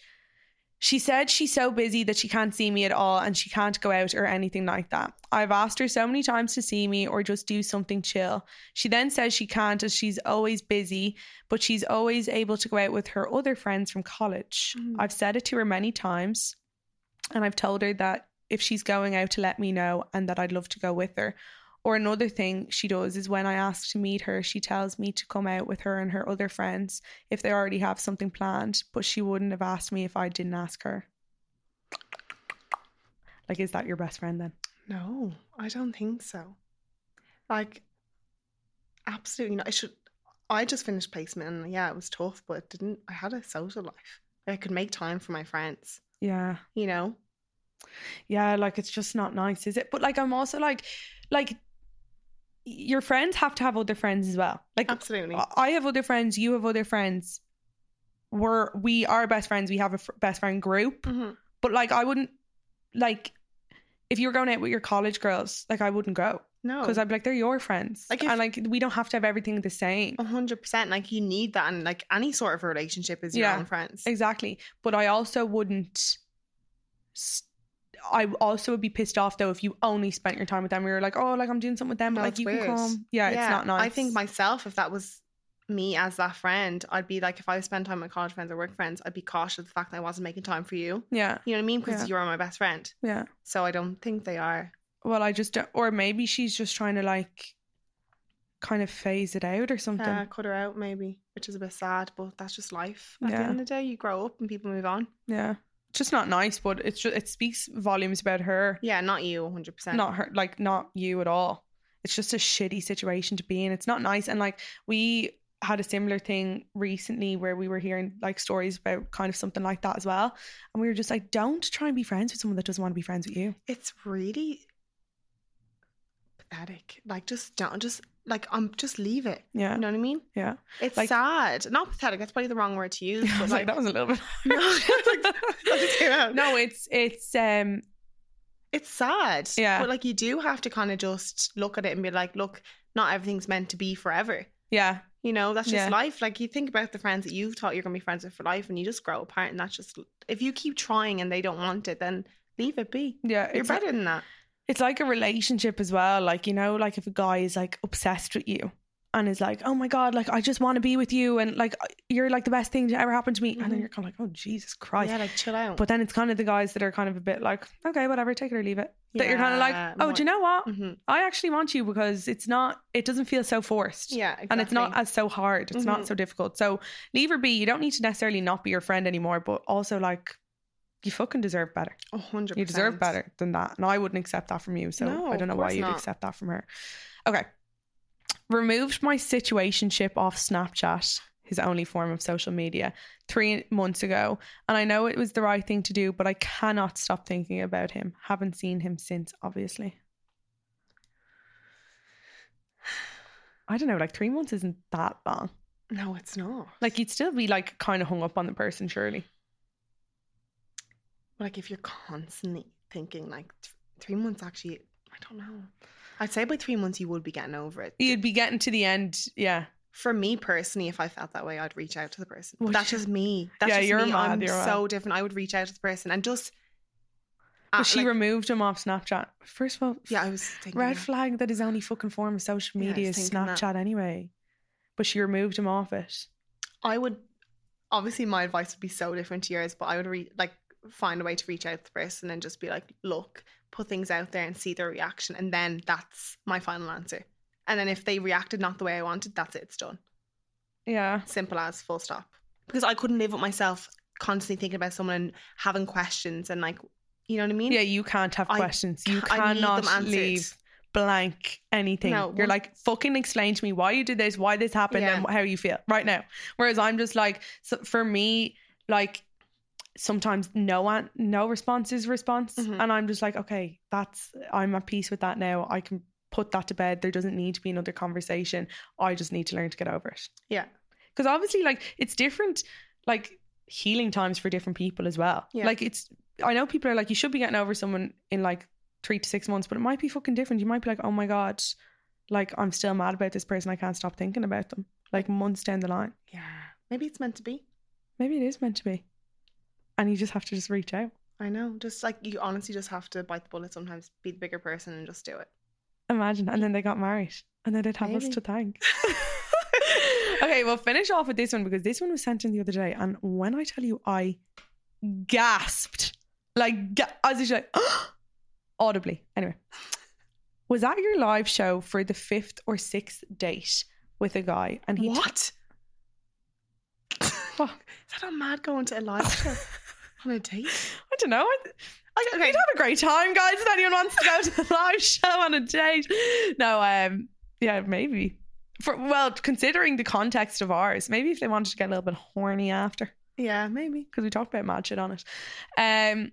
S1: She said she's so busy that she can't see me at all and she can't go out or anything like that. I've asked her so many times to see me or just do something chill. She then says she can't as she's always busy, but she's always able to go out with her other friends from college.
S2: Mm.
S1: I've said it to her many times and I've told her that if she's going out to let me know and that I'd love to go with her. Or another thing she does is when I ask to meet her, she tells me to come out with her and her other friends if they already have something planned, but she wouldn't have asked me if I didn't ask her. Like, is that your best friend then?
S2: No, I don't think so. Like, absolutely not. I should. I just finished placement, and yeah, it was tough, but it didn't. I had a social life. I could make time for my friends.
S1: Yeah.
S2: You know,
S1: Yeah, like it's just not nice, is it? But like I'm also like like your friends have to have other friends as well. Like
S2: absolutely.
S1: I I have other friends, you have other friends. We're we are best friends. We have a fr- best friend group,
S2: Mhm.
S1: but like I wouldn't like if you were going out with your college girls, like I wouldn't go
S2: No,
S1: because I'd be like they're your friends,
S2: Like, if-
S1: and Oh. like we don't have to have everything the same.
S2: a hundred percent. Like you need that, and like any sort of relationship is your
S1: Yeah.
S2: own friends.
S1: Exactly, but I also wouldn't. s I I also would be pissed off though if you only spent your time with them. We were like, oh, like I'm doing something with them,
S2: No,
S1: but like
S2: it's
S1: you
S2: weird.
S1: can come. Yeah, it's not nice.
S2: I think myself, if that was me as that friend, I'd be like, if I spend time with college friends or work friends, I'd be cautious of the fact that I wasn't making time for you.
S1: yeah,
S2: You know what I mean? Because
S1: Yeah.
S2: you're my best friend.
S1: yeah.
S2: So I don't think they are.
S1: Well, I just don't, or maybe she's just trying to like kind of phase it out or something.
S2: Uh, cut her out, maybe, which is a bit sad, but that's just life. At the
S1: Yeah.
S2: end of the day, you grow up and people move on.
S1: yeah. It's just not nice, but it's just, it speaks volumes about her,
S2: Yeah, not you, 100%.
S1: not her, like not you at all. It's just a shitty situation to be in. It's not nice. And like we had a similar thing recently where we were hearing like stories about kind of something like that as well. And we were just like, don't try and be friends with someone that doesn't want to be friends with you.
S2: It's really pathetic. Like, just don't, just, like, um, just leave it.
S1: Yeah.
S2: You know what I mean?
S1: Yeah.
S2: It's
S1: Like-
S2: sad. Not pathetic. That's probably the wrong word to use.
S1: I
S2: But
S1: was like,
S2: like,
S1: that was a little bit.
S2: No, that just came out.
S1: no, it's, it's, um,
S2: it's sad.
S1: Yeah.
S2: But like you do have to kind of just look at it and be like, look, not everything's meant to be forever.
S1: yeah.
S2: You know, that's just
S1: Yeah.
S2: life. Like you think about the friends that you've thought you're gonna be friends with for life and you just grow apart and that's just if you keep trying and they don't want it, then leave it be.
S1: Yeah.
S2: You're
S1: it's-
S2: better than that.
S1: it's like a relationship as well. Like, you know, like if a guy is like obsessed with you and is like, oh my God, like I just want to be with you and like uh, you're like the best thing to ever happen to me. And then
S2: Mhm.
S1: you're kind of like, oh, Jesus Christ.
S2: Yeah, like chill out.
S1: But then it's kind of the guys that are kind of a bit like, okay, whatever, take it or leave it. That you're kind of like, oh, do you know what?
S2: hmm
S1: I actually want you because it's not, it doesn't feel so forced.
S2: Yeah, exactly.
S1: And it's not as so hard. It's
S2: Mhm.
S1: not so difficult. So leave her be. You don't need to necessarily not be your friend anymore, but also like you fucking deserve better.
S2: a hundred
S1: You deserve
S2: percent.
S1: better than that. And I wouldn't accept that from you. So
S2: No,
S1: I
S2: of
S1: don't know why
S2: course
S1: you'd
S2: not.
S1: accept that from her. Okay. Removed my situationship off Snapchat, his only form of social media, three months ago. And I know it was the right thing to do, but I cannot stop thinking about him. Haven't seen him since, obviously. I don't know, like three months isn't that long.
S2: No, it's not.
S1: Like you'd still be like kind of hung up on the person, surely.
S2: like if you're constantly thinking like th- three months actually i don't know i'd say by three months you would be getting over it
S1: You'd be getting to the end, yeah.
S2: for me personally if i felt that way i'd reach out to the person But
S1: Would
S2: that's
S1: you?
S2: just me that's
S1: Yeah,
S2: just
S1: you're
S2: me
S1: mad,
S2: i'm
S1: you're mad.
S2: so different i would reach out to the person and just
S1: But
S2: uh,
S1: she
S2: like-
S1: removed him off Snapchat. First of all,
S2: yeah i was thinking
S1: red
S2: that.
S1: flag that his only fucking form of social
S2: Yeah, I
S1: media
S2: was
S1: is
S2: thinking that.
S1: Snapchat anyway. But she removed him off it.
S2: i would obviously my advice would be so different to yours but i would re- like find a way to reach out to the person and just be like look put things out there and see their reaction and then that's my final answer and then if they reacted not the way i wanted that's it it's done
S1: Yeah.
S2: Simple as full stop. Because I couldn't live with myself constantly thinking about someone and having questions and like, you know what I mean?
S1: Yeah, you can't have
S2: I-
S1: questions. You
S2: I need them
S1: cannot
S2: answered.
S1: leave blank anything.
S2: No,
S1: You're
S2: one-
S1: like, fucking explain to me why you did this, why this happened,
S2: Yeah.
S1: and how you feel right now. Whereas I'm just like, so for me, like sometimes no an- no response is response,
S2: Mhm.
S1: and I'm just like, okay, that's I'm at peace with that now. I can put that to bed. There doesn't need to be another conversation. I just need to learn to get over it.
S2: Yeah.
S1: because obviously, like it's different, like healing times for different people as well.
S2: Yeah.
S1: Like it's, I know people are like, you should be getting over someone in like three to six months, but it might be fucking different. You might be like, oh my God, like I'm still mad about this person. I can't stop thinking about them. Like months down the line.
S2: Yeah. Maybe it's meant to be.
S1: Maybe it is meant to be. And you just have to just reach out.
S2: I know. Just like you honestly just have to bite the bullet sometimes, be the bigger person and just do it.
S1: Imagine. And then they got married. And then they'd have us
S2: Maybe.
S1: to thank. okay, we'll finish off with this one because this one was sent in the other day. And when I tell you, I gasped. Like, ga- I was just like, audibly. Anyway, was at your live show for the fifth or sixth date with a guy. And he. What?
S2: What? Is that a mad going to a live show on a date?
S1: I don't know. I,
S2: Like, okay,
S1: You'd have a great time, guys, if anyone wants to go to the live show on a date. No, um, yeah, maybe. For well, considering the context of ours, maybe if they wanted to get a little bit horny after,
S2: yeah, maybe.
S1: because we talked about mad shit on it. Um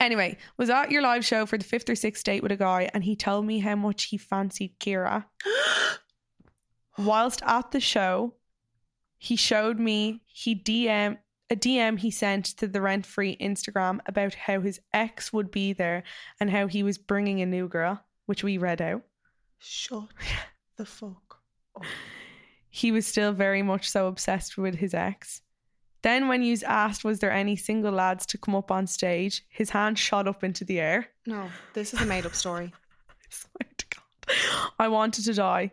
S1: anyway, was at your live show for the fifth or sixth date with a guy, and he told me how much he fancied Kira. Whilst at the show, he showed me he DM a DM he sent to the rent free Instagram about how his ex would be there and how he was bringing a new girl, which we read out.
S2: Shut the fuck. up.
S1: He was still very much so obsessed with his ex. Then, when you asked, was there any single lads to come up on stage, his hand shot up into the air.
S2: No, this is a made up story.
S1: I swear to God. I wanted to die.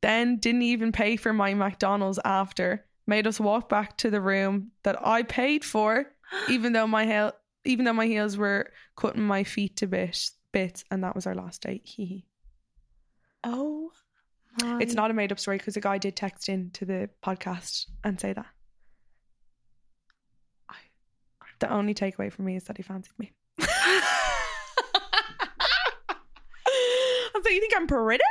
S1: Then didn't even pay for my McDonald's after. Made us walk back to the room that I paid for, even though my heel, even though my heels were cutting my feet to bit, bits, and that was our last date. Hee hee.
S2: Oh my.
S1: It's not a made up story because a guy did text in to the podcast and say that. The only takeaway for me is that he fancied me. I'm so you think I'm pretty?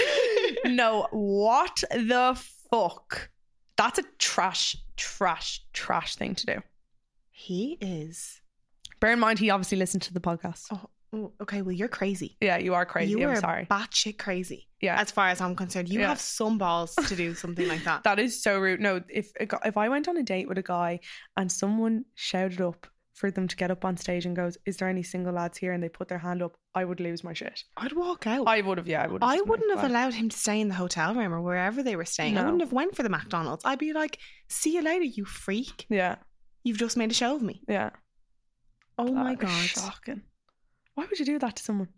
S1: no, what the fuck? That's a trash, trash, trash thing to do.
S2: He is.
S1: Bear in mind, he obviously listened to the podcast.
S2: Oh, oh, okay. Well, you're crazy.
S1: Yeah, you are crazy.
S2: You
S1: I'm
S2: are
S1: sorry.
S2: batshit crazy.
S1: Yeah.
S2: As far as I'm concerned, you
S1: Yeah.
S2: have some balls to do something like that.
S1: That is so rude. No, if a gu- if I went on a date with a guy and someone shouted up for them to get up on stage and goes, "Is there any single lads here?" and they put their hand up, I would lose my shit.
S2: I'd walk out. I,
S1: I would have. Yeah, I would.
S2: wouldn't have allowed him to stay in the hotel room or wherever they were staying. I
S1: No.
S2: wouldn't have went for the McDonald's. I'd be like, "See you later, you freak.
S1: Yeah,
S2: You've just made a show of me."
S1: yeah.
S2: Oh my
S1: That is
S2: god.
S1: Shocking. Why would you do that to someone?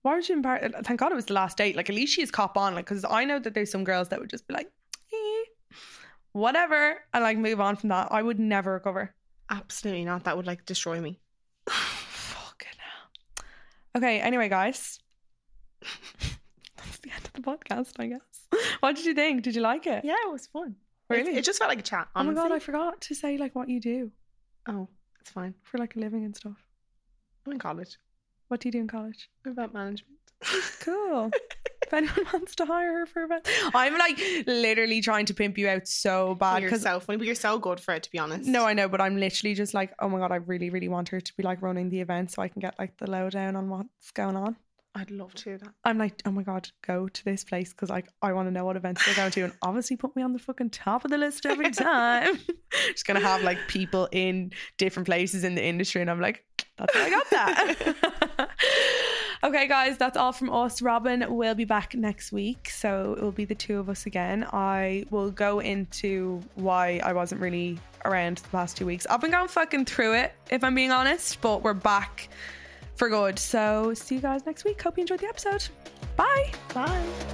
S1: Why would you embarrass? Thank God it was the last date. Like at least she's cop on. Like because I know that there's some girls that would just be like, eh, whatever, and like move on from that. I would never recover.
S2: Absolutely not. That would like destroy me.
S1: Fucking hell. Okay, anyway, guys. That's the end of the podcast, I guess. What did you think? Did you like it?
S2: Yeah, it was fun.
S1: Really?
S2: It, it just felt like a chat.
S1: oh my
S2: Honestly.
S1: god, I forgot to say like what you do
S2: oh, it's fine.
S1: for like a living and stuff.
S2: I'm in college.
S1: What do you do in college?
S2: Event management.
S1: Cool. if anyone wants to hire her for a bit. I'm like literally trying to pimp you out so bad
S2: you're
S1: because
S2: so funny, but you're so good for it. To be honest.
S1: Uh, no, I know, but I'm literally just like, oh my god, I really, really want her to be like running the event so I can get like the lowdown on what's going on.
S2: I'd love to do that.
S1: I'm like, oh my god, go to this place because like I want to know what events they're going to, and obviously put me on the fucking top of the list every time. Just gonna have like people in different places in the industry, and I'm like, that's how I got that. okay, guys, that's all from us. Robin will be back next week, so it will be the two of us again. I will go into why I wasn't really around the past two weeks. I've been going fucking through it, if I'm being honest, but we're back for good. So see you guys next week. Hope you enjoyed the episode. Bye.
S2: Bye.